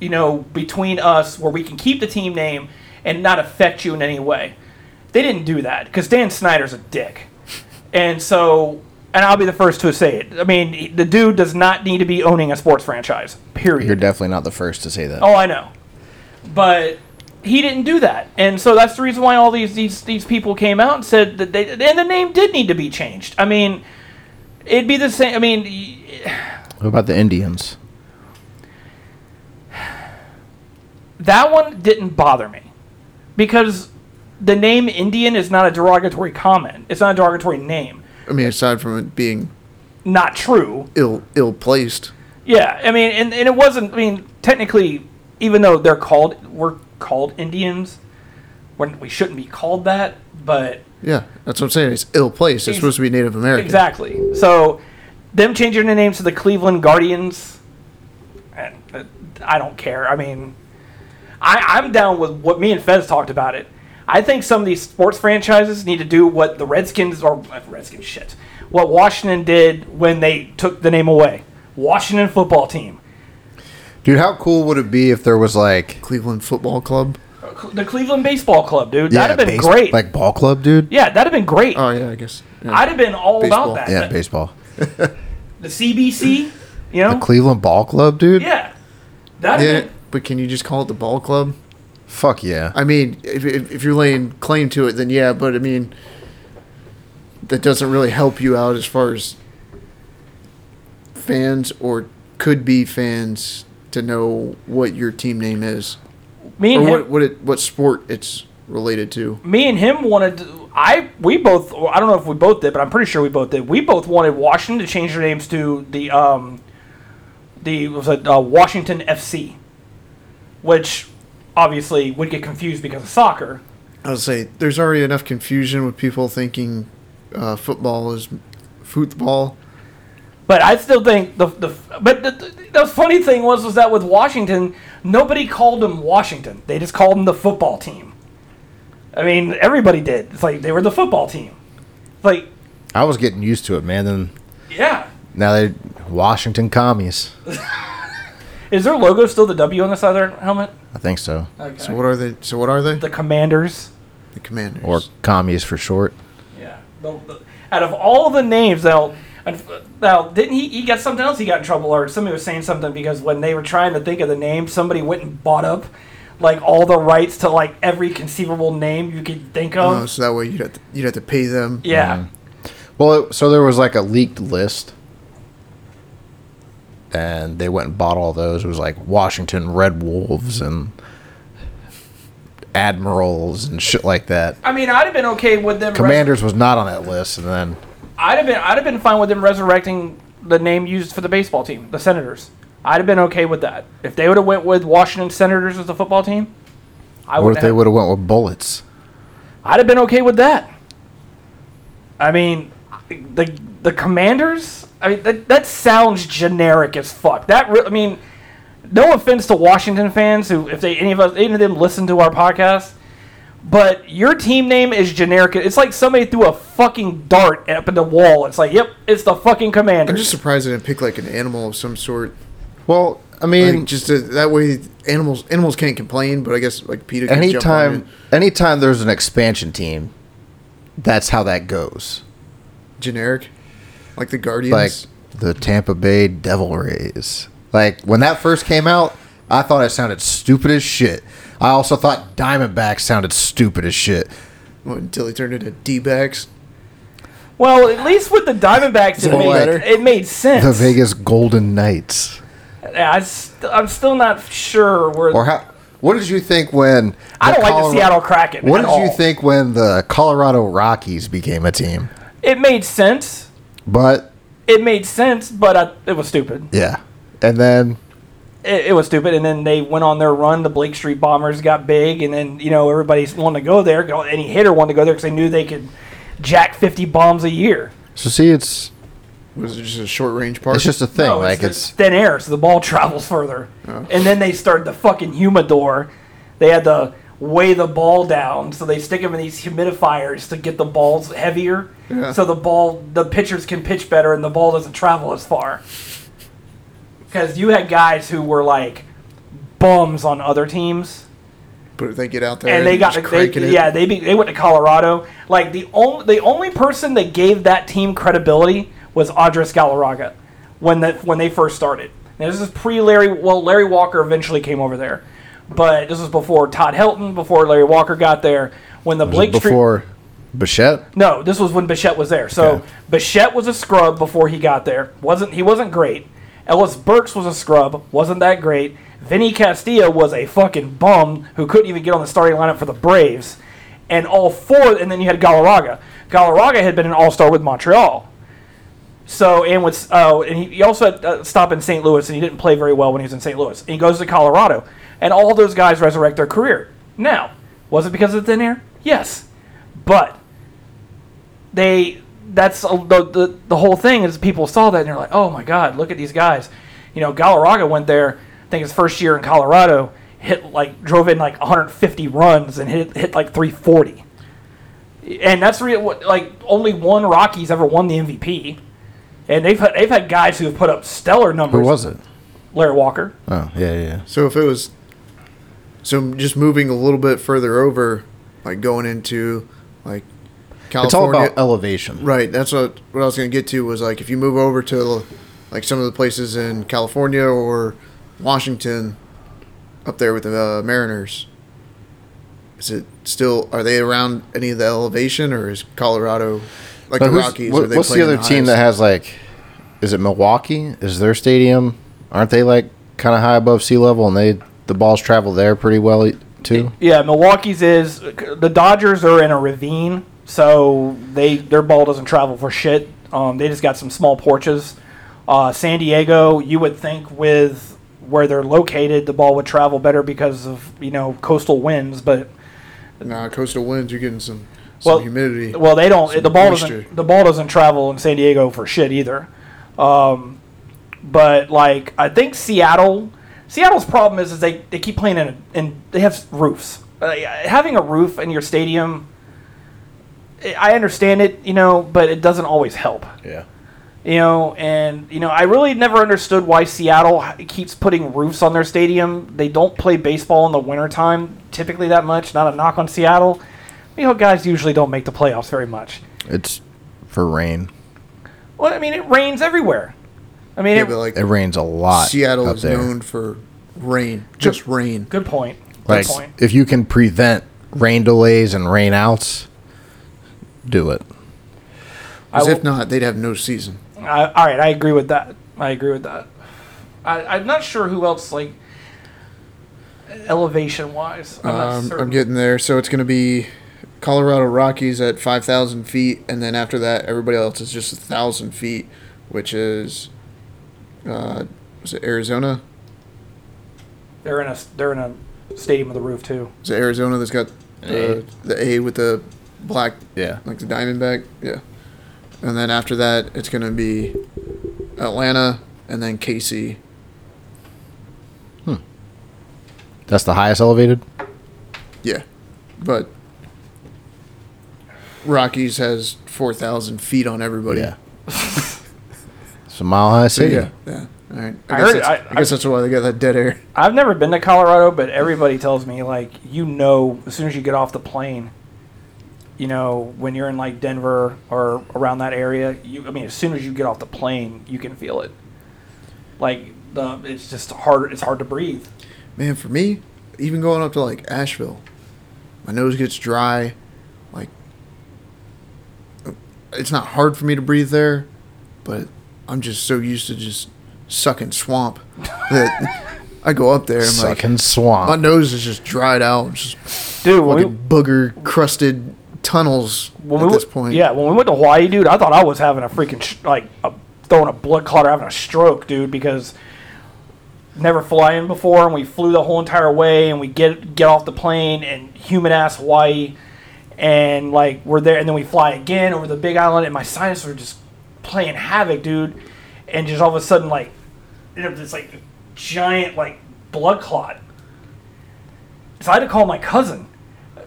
Speaker 2: you know, between us where we can keep the team name and not affect you in any way? They didn't do that because Dan Snyder's a dick. And so, and I'll be the first to say it. I mean, he- the dude does not need to be owning a sports franchise, period.
Speaker 1: You're definitely not the first to say that.
Speaker 2: Oh, I know. But he didn't do that. And so that's the reason why all these these, these people came out and said that they and the name did need to be changed. I mean, it'd be the same I mean, y-
Speaker 1: What about the Indians?
Speaker 2: that one didn't bother me because the name Indian is not a derogatory comment. It's not a derogatory name.
Speaker 3: I mean, aside from it being
Speaker 2: Not true.
Speaker 3: ill ill placed.
Speaker 2: Yeah, I mean, and, and it wasn't. I mean, technically, even though they're called, we're called Indians. We're, we shouldn't be called that, but
Speaker 3: Yeah, that's what I'm saying. It's ill placed. It's supposed to be Native American.
Speaker 2: Exactly. So, them changing the names to the Cleveland Guardians, eh, eh, I don't care. I mean, I, I'm down with what me and Fez talked about it. I think some of these sports franchises need to do what the Redskins or uh, Redskins shit, what Washington did when they took the name away. Washington football team,
Speaker 1: Dude, how cool would it be if there was like
Speaker 3: Cleveland Football Club.
Speaker 2: Uh, Cl- the Cleveland baseball club, dude.
Speaker 1: yeah,
Speaker 2: that'd have been
Speaker 1: base-
Speaker 2: great.
Speaker 1: like ball club, dude?
Speaker 2: yeah, that'd have been great.
Speaker 3: Oh yeah, I guess. Yeah.
Speaker 2: I'd have been all
Speaker 3: Baseball.
Speaker 2: about that.
Speaker 1: Yeah, baseball.
Speaker 2: The CBC, you know.
Speaker 1: The Cleveland Ball Club, dude?
Speaker 2: yeah, that'd
Speaker 3: Yeah,
Speaker 2: been,
Speaker 3: but can you just call it the ball club?
Speaker 1: Fuck yeah.
Speaker 3: I mean, if, if, if you're laying claim to it, then yeah. But I mean, that doesn't really help you out as far as fans or could be fans to know what your team name is
Speaker 2: me
Speaker 3: or
Speaker 2: and him,
Speaker 3: what what it, what sport it's related to.
Speaker 2: me and him wanted to- I we both I don't know if we both did, but I'm pretty sure we both did. We both wanted Washington to change their names to the um the what was it uh, Washington FC, which obviously would get confused because of soccer.
Speaker 3: I would say there's already enough confusion with people thinking uh, football is football.
Speaker 2: But I still think the the but the, the, the funny thing was was that with Washington, nobody called them Washington. They just called them the football team. I mean, everybody did. It's like they were the football team. It's like
Speaker 1: I was getting used to it, man. Then
Speaker 2: yeah.
Speaker 1: now they Washington commies.
Speaker 2: Is their logo still the W on the side of their helmet?
Speaker 1: I think so.
Speaker 2: Okay.
Speaker 3: So what are they? So what are they?
Speaker 2: the Commanders.
Speaker 3: The Commanders.
Speaker 1: Or commies for short.
Speaker 2: Yeah. out of all the names, now, And, uh, Now, didn't he? He got something else. He got in trouble, or somebody was saying something because when they were trying to think of the name, somebody went and bought up like all the rights to like every conceivable name you could think of.
Speaker 3: Uh, so that way you'd have to, you'd have to pay them.
Speaker 2: yeah,
Speaker 1: Well, it, so there was like a leaked list, and they went and bought all those. It was like Washington Red Wolves and admirals and shit like that.
Speaker 2: I mean, I'd have been okay with them. res-
Speaker 1: Commanders was not on that list, and then
Speaker 2: I'd have been I'd have been fine with them resurrecting the name used for the baseball team, the Senators. I'd have been okay with that if they would have went with Washington Senators as the football team. I
Speaker 1: what if
Speaker 2: would.
Speaker 1: they
Speaker 2: have.
Speaker 1: would have went with bullets?
Speaker 2: I'd have been okay with that. I mean, the the Commanders. I mean, that, that sounds generic as fuck. That re- I mean, no offense to Washington fans who, if they any of us any of them listen to our podcast, but your team name is generic. It's like somebody threw a fucking dart up in the wall. It's like, yep, it's the fucking
Speaker 3: I'm
Speaker 2: Commanders.
Speaker 3: just surprised they didn't pick like an animal of some sort.
Speaker 1: Well, I
Speaker 3: Like,
Speaker 1: mean,
Speaker 3: just to, that way, animals animals can't complain. But I guess like Peter. Can jump on it.
Speaker 1: anytime anytime there's an expansion team, that's how that goes.
Speaker 3: generic, like the
Speaker 1: like
Speaker 3: Guardians.
Speaker 1: the Tampa Bay Devil Rays. Like when that first came out, I thought it sounded stupid as shit. I also thought Diamondback sounded stupid as shit.
Speaker 3: Well, until he turned into D-backs.
Speaker 2: Well, at least with the Diamondbacks, it
Speaker 1: Well,
Speaker 2: made,
Speaker 1: like-
Speaker 2: it made sense.
Speaker 1: The Vegas Golden Knights.
Speaker 2: Yeah, I st- I'm still not sure where.
Speaker 1: Or how what did you think when
Speaker 2: I don't like
Speaker 1: Colorado-
Speaker 2: the Seattle Kraken.
Speaker 1: What
Speaker 2: at
Speaker 1: did you
Speaker 2: all.
Speaker 1: think when the Colorado Rockies became a team?
Speaker 2: It made sense.
Speaker 1: But
Speaker 2: It made sense, but I, it was stupid.
Speaker 1: yeah. And then
Speaker 2: It, it was stupid, and then they went on their run. The Blake Street Bombers got big, and then you know everybody's wanted to go there. go- Any hitter wanted to go there because they knew they could jack 50 bombs a year.
Speaker 1: so see it's
Speaker 3: Was it just a short range part?
Speaker 1: it's just a thing.
Speaker 2: No,
Speaker 1: like
Speaker 2: it's,
Speaker 1: it's,
Speaker 2: thin air, so the ball travels further. And then they started the fucking humidor. They had to weigh the ball down, so they stick them in these humidifiers to get the balls heavier,
Speaker 3: Yeah.
Speaker 2: so the ball, the pitchers can pitch better, and the ball doesn't travel as far. Because you had guys who were like bums on other teams
Speaker 3: but if they get out there
Speaker 2: and they got
Speaker 3: just
Speaker 2: they,
Speaker 3: cranking it.
Speaker 2: yeah they be, they went to Colorado. Like the only the only person that gave that team credibility was Andres Galarraga when that when they first started. Now, this is pre Larry. Well, Larry Walker eventually came over there, but this was before Todd Helton, before Larry Walker got there. When the Blake Street
Speaker 1: before Bichette.
Speaker 2: no, this was when Bichette was there. So
Speaker 1: Okay.
Speaker 2: Bichette was a scrub before he got there. wasn't He wasn't great. Ellis Burks was a scrub. Wasn't that great. Vinny Castillo was a fucking bum who couldn't even get on the starting lineup for the Braves. And all four, and then you had Galarraga. Galarraga had been an All Star with Montreal. So and with oh, and he, he also had a stop in St. Louis, and he didn't play very well when he was in St. Louis. And he goes to Colorado, and all those guys resurrect their career. Now, was it because of thin air? Yes, but they that's a, the, the the whole thing is people saw that and they're like, oh my god, look at these guys. You know, Galarraga went there. I think his first year in Colorado hit like drove in like 150 runs and hit hit like 340. And that's real. what- Like only one Rockies ever won the MVP, and they've had, they've had guys who have put up stellar numbers.
Speaker 1: Who was it?
Speaker 2: Larry Walker.
Speaker 1: Oh, yeah, yeah.
Speaker 3: So if it was, so just moving a little bit further over, like going into like
Speaker 1: It's all
Speaker 3: California.
Speaker 1: about elevation.
Speaker 3: right. That's what what I was gonna get to was like if you move over to like some of the places in California or Washington, up there with the uh, Mariners. Is it still? Are they around any of the elevation, or is Colorado like
Speaker 1: But
Speaker 3: the
Speaker 1: who's-
Speaker 3: Rockies?
Speaker 1: what-
Speaker 3: are they
Speaker 1: what's the
Speaker 3: playing
Speaker 1: other team that
Speaker 3: highest?
Speaker 1: has like? Is it Milwaukee? Is their stadium? Aren't they like kind of high above sea level, and they the balls travel there pretty well e- too?
Speaker 2: Yeah, Milwaukee's is the Dodgers are in a ravine, so they their ball doesn't travel for shit. Um, they just got some small porches. Uh, San Diego, you would think with where they're located, the ball would travel better because of you know coastal winds, but
Speaker 3: Nah, coastal winds. You're getting some some humidity.
Speaker 2: well, they don't.
Speaker 3: Some
Speaker 2: the ball
Speaker 3: moisture.
Speaker 2: doesn't. The ball doesn't travel in San Diego for shit either. Um, but like, I think Seattle. Seattle's problem is is they, they keep playing in a, in they have roofs. Uh, having a roof in your stadium, I I understand it, you know, but it doesn't always help
Speaker 1: Yeah.
Speaker 2: you know and you know i really never understood why seattle h- keeps putting roofs on their stadium they don't play baseball in the wintertime typically that much not a knock on seattle you know guys usually don't make the playoffs very much
Speaker 1: It's for rain.
Speaker 2: Well, I mean, it rains everywhere. I mean,
Speaker 3: Yeah,
Speaker 2: it,
Speaker 3: but like
Speaker 1: It rains a lot.
Speaker 3: Seattle
Speaker 1: up
Speaker 3: is
Speaker 1: there.
Speaker 3: known for rain, just rain.
Speaker 2: good point.
Speaker 1: Like,
Speaker 2: Good point.
Speaker 1: if you can prevent rain delays and rain outs, do it.
Speaker 2: I
Speaker 3: Because
Speaker 2: will-
Speaker 3: if not, they'd have no season.
Speaker 2: I, all right, I agree with that. I agree with that. I, I'm not sure who else like elevation wise. I'm not
Speaker 3: Um,
Speaker 2: certain.
Speaker 3: I'm getting there. So it's going to be Colorado Rockies at 5,000 feet, and then after that, everybody else is just 1,000 feet, which is uh, was it Arizona?
Speaker 2: They're in a they're in a stadium with a roof too.
Speaker 3: Is it Arizona that's got the, the A with the black,
Speaker 1: Yeah.
Speaker 3: like the diamond back? Yeah. And then after that, it's going to be Atlanta and then KC.
Speaker 1: That's the highest elevated?
Speaker 3: Yeah, but Rockies has four thousand feet on everybody.
Speaker 1: Yeah. It's a mile high
Speaker 3: So
Speaker 1: city.
Speaker 3: yeah, yeah. All right. I,
Speaker 2: I
Speaker 3: guess,
Speaker 2: heard-
Speaker 3: that's,
Speaker 2: I-
Speaker 3: I, guess that's why they got that dead air.
Speaker 2: I've never been to Colorado, but everybody tells me like you know as soon as you get off the plane, you know when you're in like Denver or around that area. You I mean as soon as you get off the plane, you can feel it. Like the it's just hard it's hard to breathe.
Speaker 3: Man, for me, even going up to like Asheville, my nose gets dry. Like, it's not hard for me to breathe there, but I'm just so used to just sucking swamp that I go up there. and like,
Speaker 1: Sucking
Speaker 3: my
Speaker 1: swamp.
Speaker 3: nose is just dried out. Just
Speaker 2: Dude, when we,
Speaker 3: fucking booger crusted tunnels
Speaker 2: when
Speaker 3: at
Speaker 2: we
Speaker 3: this
Speaker 2: went-
Speaker 3: point.
Speaker 2: Yeah, when we went to Hawaii, dude, I thought I was having a freaking sh- like a, throwing a blood clot or having a stroke, dude, because never flying before, and we flew the whole entire way, and we get get off the plane and humid ass Hawaii, and like we're there, and then we fly again over the Big Island, and my sinuses were just playing havoc, dude, and just all of a sudden like, it was this like giant like blood clot. So I had to call my cousin.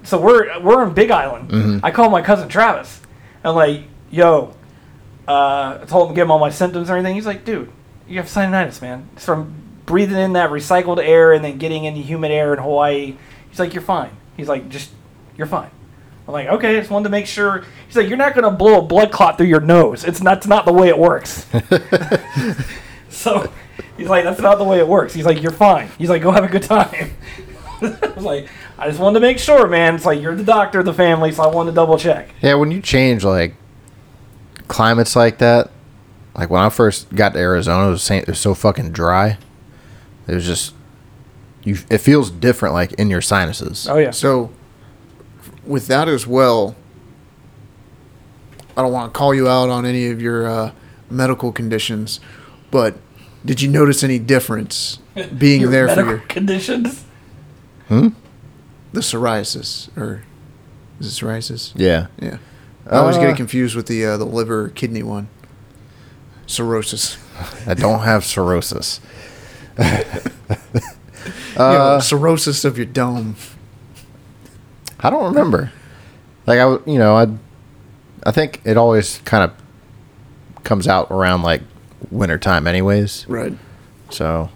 Speaker 2: So we're we're in Big Island. I called my cousin Travis. I'm like, yo, uh, I told him give him all my symptoms and everything. He's like, dude, you have sinusitis, man. It's from breathing in that recycled air and then getting into humid air in Hawaii. He's like, you're fine. He's like, just you're fine. I'm like, okay, just wanted to make sure. He's like, you're not gonna blow a blood clot through your nose. It's not, it's not the way it works. so he's like, that's not the way it works. He's like, you're fine. He's like, go have a good time. I was like, I just wanted to make sure, man. It's like you're the doctor of the family, so I wanted to double check.
Speaker 1: Yeah, when you change like climates like that, like when I first got to Arizona, it was, saying, it was so fucking dry. It was just you. It feels different, like in your sinuses.
Speaker 2: Oh yeah,
Speaker 3: So, with that as well, I don't want to call you out on any of your uh, medical conditions, but did you notice any difference being there for
Speaker 2: medical
Speaker 3: your,
Speaker 2: conditions.
Speaker 3: the psoriasis or is it psoriasis?
Speaker 1: Yeah,
Speaker 3: Yeah, I always get
Speaker 1: Uh,
Speaker 3: it confused with the uh, the liver kidney one. Cirrhosis,
Speaker 1: I don't have cirrhosis.
Speaker 3: You know, Uh, cirrhosis of your dome.
Speaker 1: I don't remember. Like I, w- you know, I, I think it always kind of comes out around like winter time, anyways.
Speaker 3: Right.
Speaker 1: So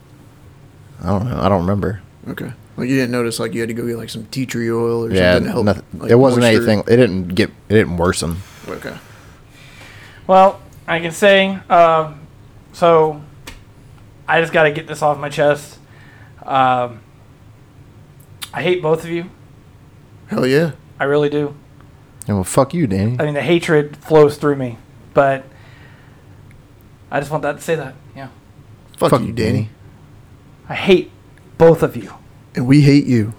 Speaker 1: I don't know. I don't remember.
Speaker 3: Okay. Like you didn't notice, like you had to go get like some tea tree oil or
Speaker 1: Yeah,
Speaker 3: something to help.
Speaker 1: nothing,
Speaker 3: like,
Speaker 1: it wasn't
Speaker 3: moisture-
Speaker 1: anything. It didn't get. It didn't worsen.
Speaker 3: Okay.
Speaker 2: Well, I can say, um, so I just got to get this off my chest. Um, I hate both of you.
Speaker 3: Hell yeah.
Speaker 2: I really do.
Speaker 1: Yeah, well, fuck you, Danny.
Speaker 2: I mean, the hatred flows through me, but I just want that to say that. Yeah,
Speaker 3: Fuck, you, Danny.
Speaker 2: I hate both of you.
Speaker 3: And we hate you.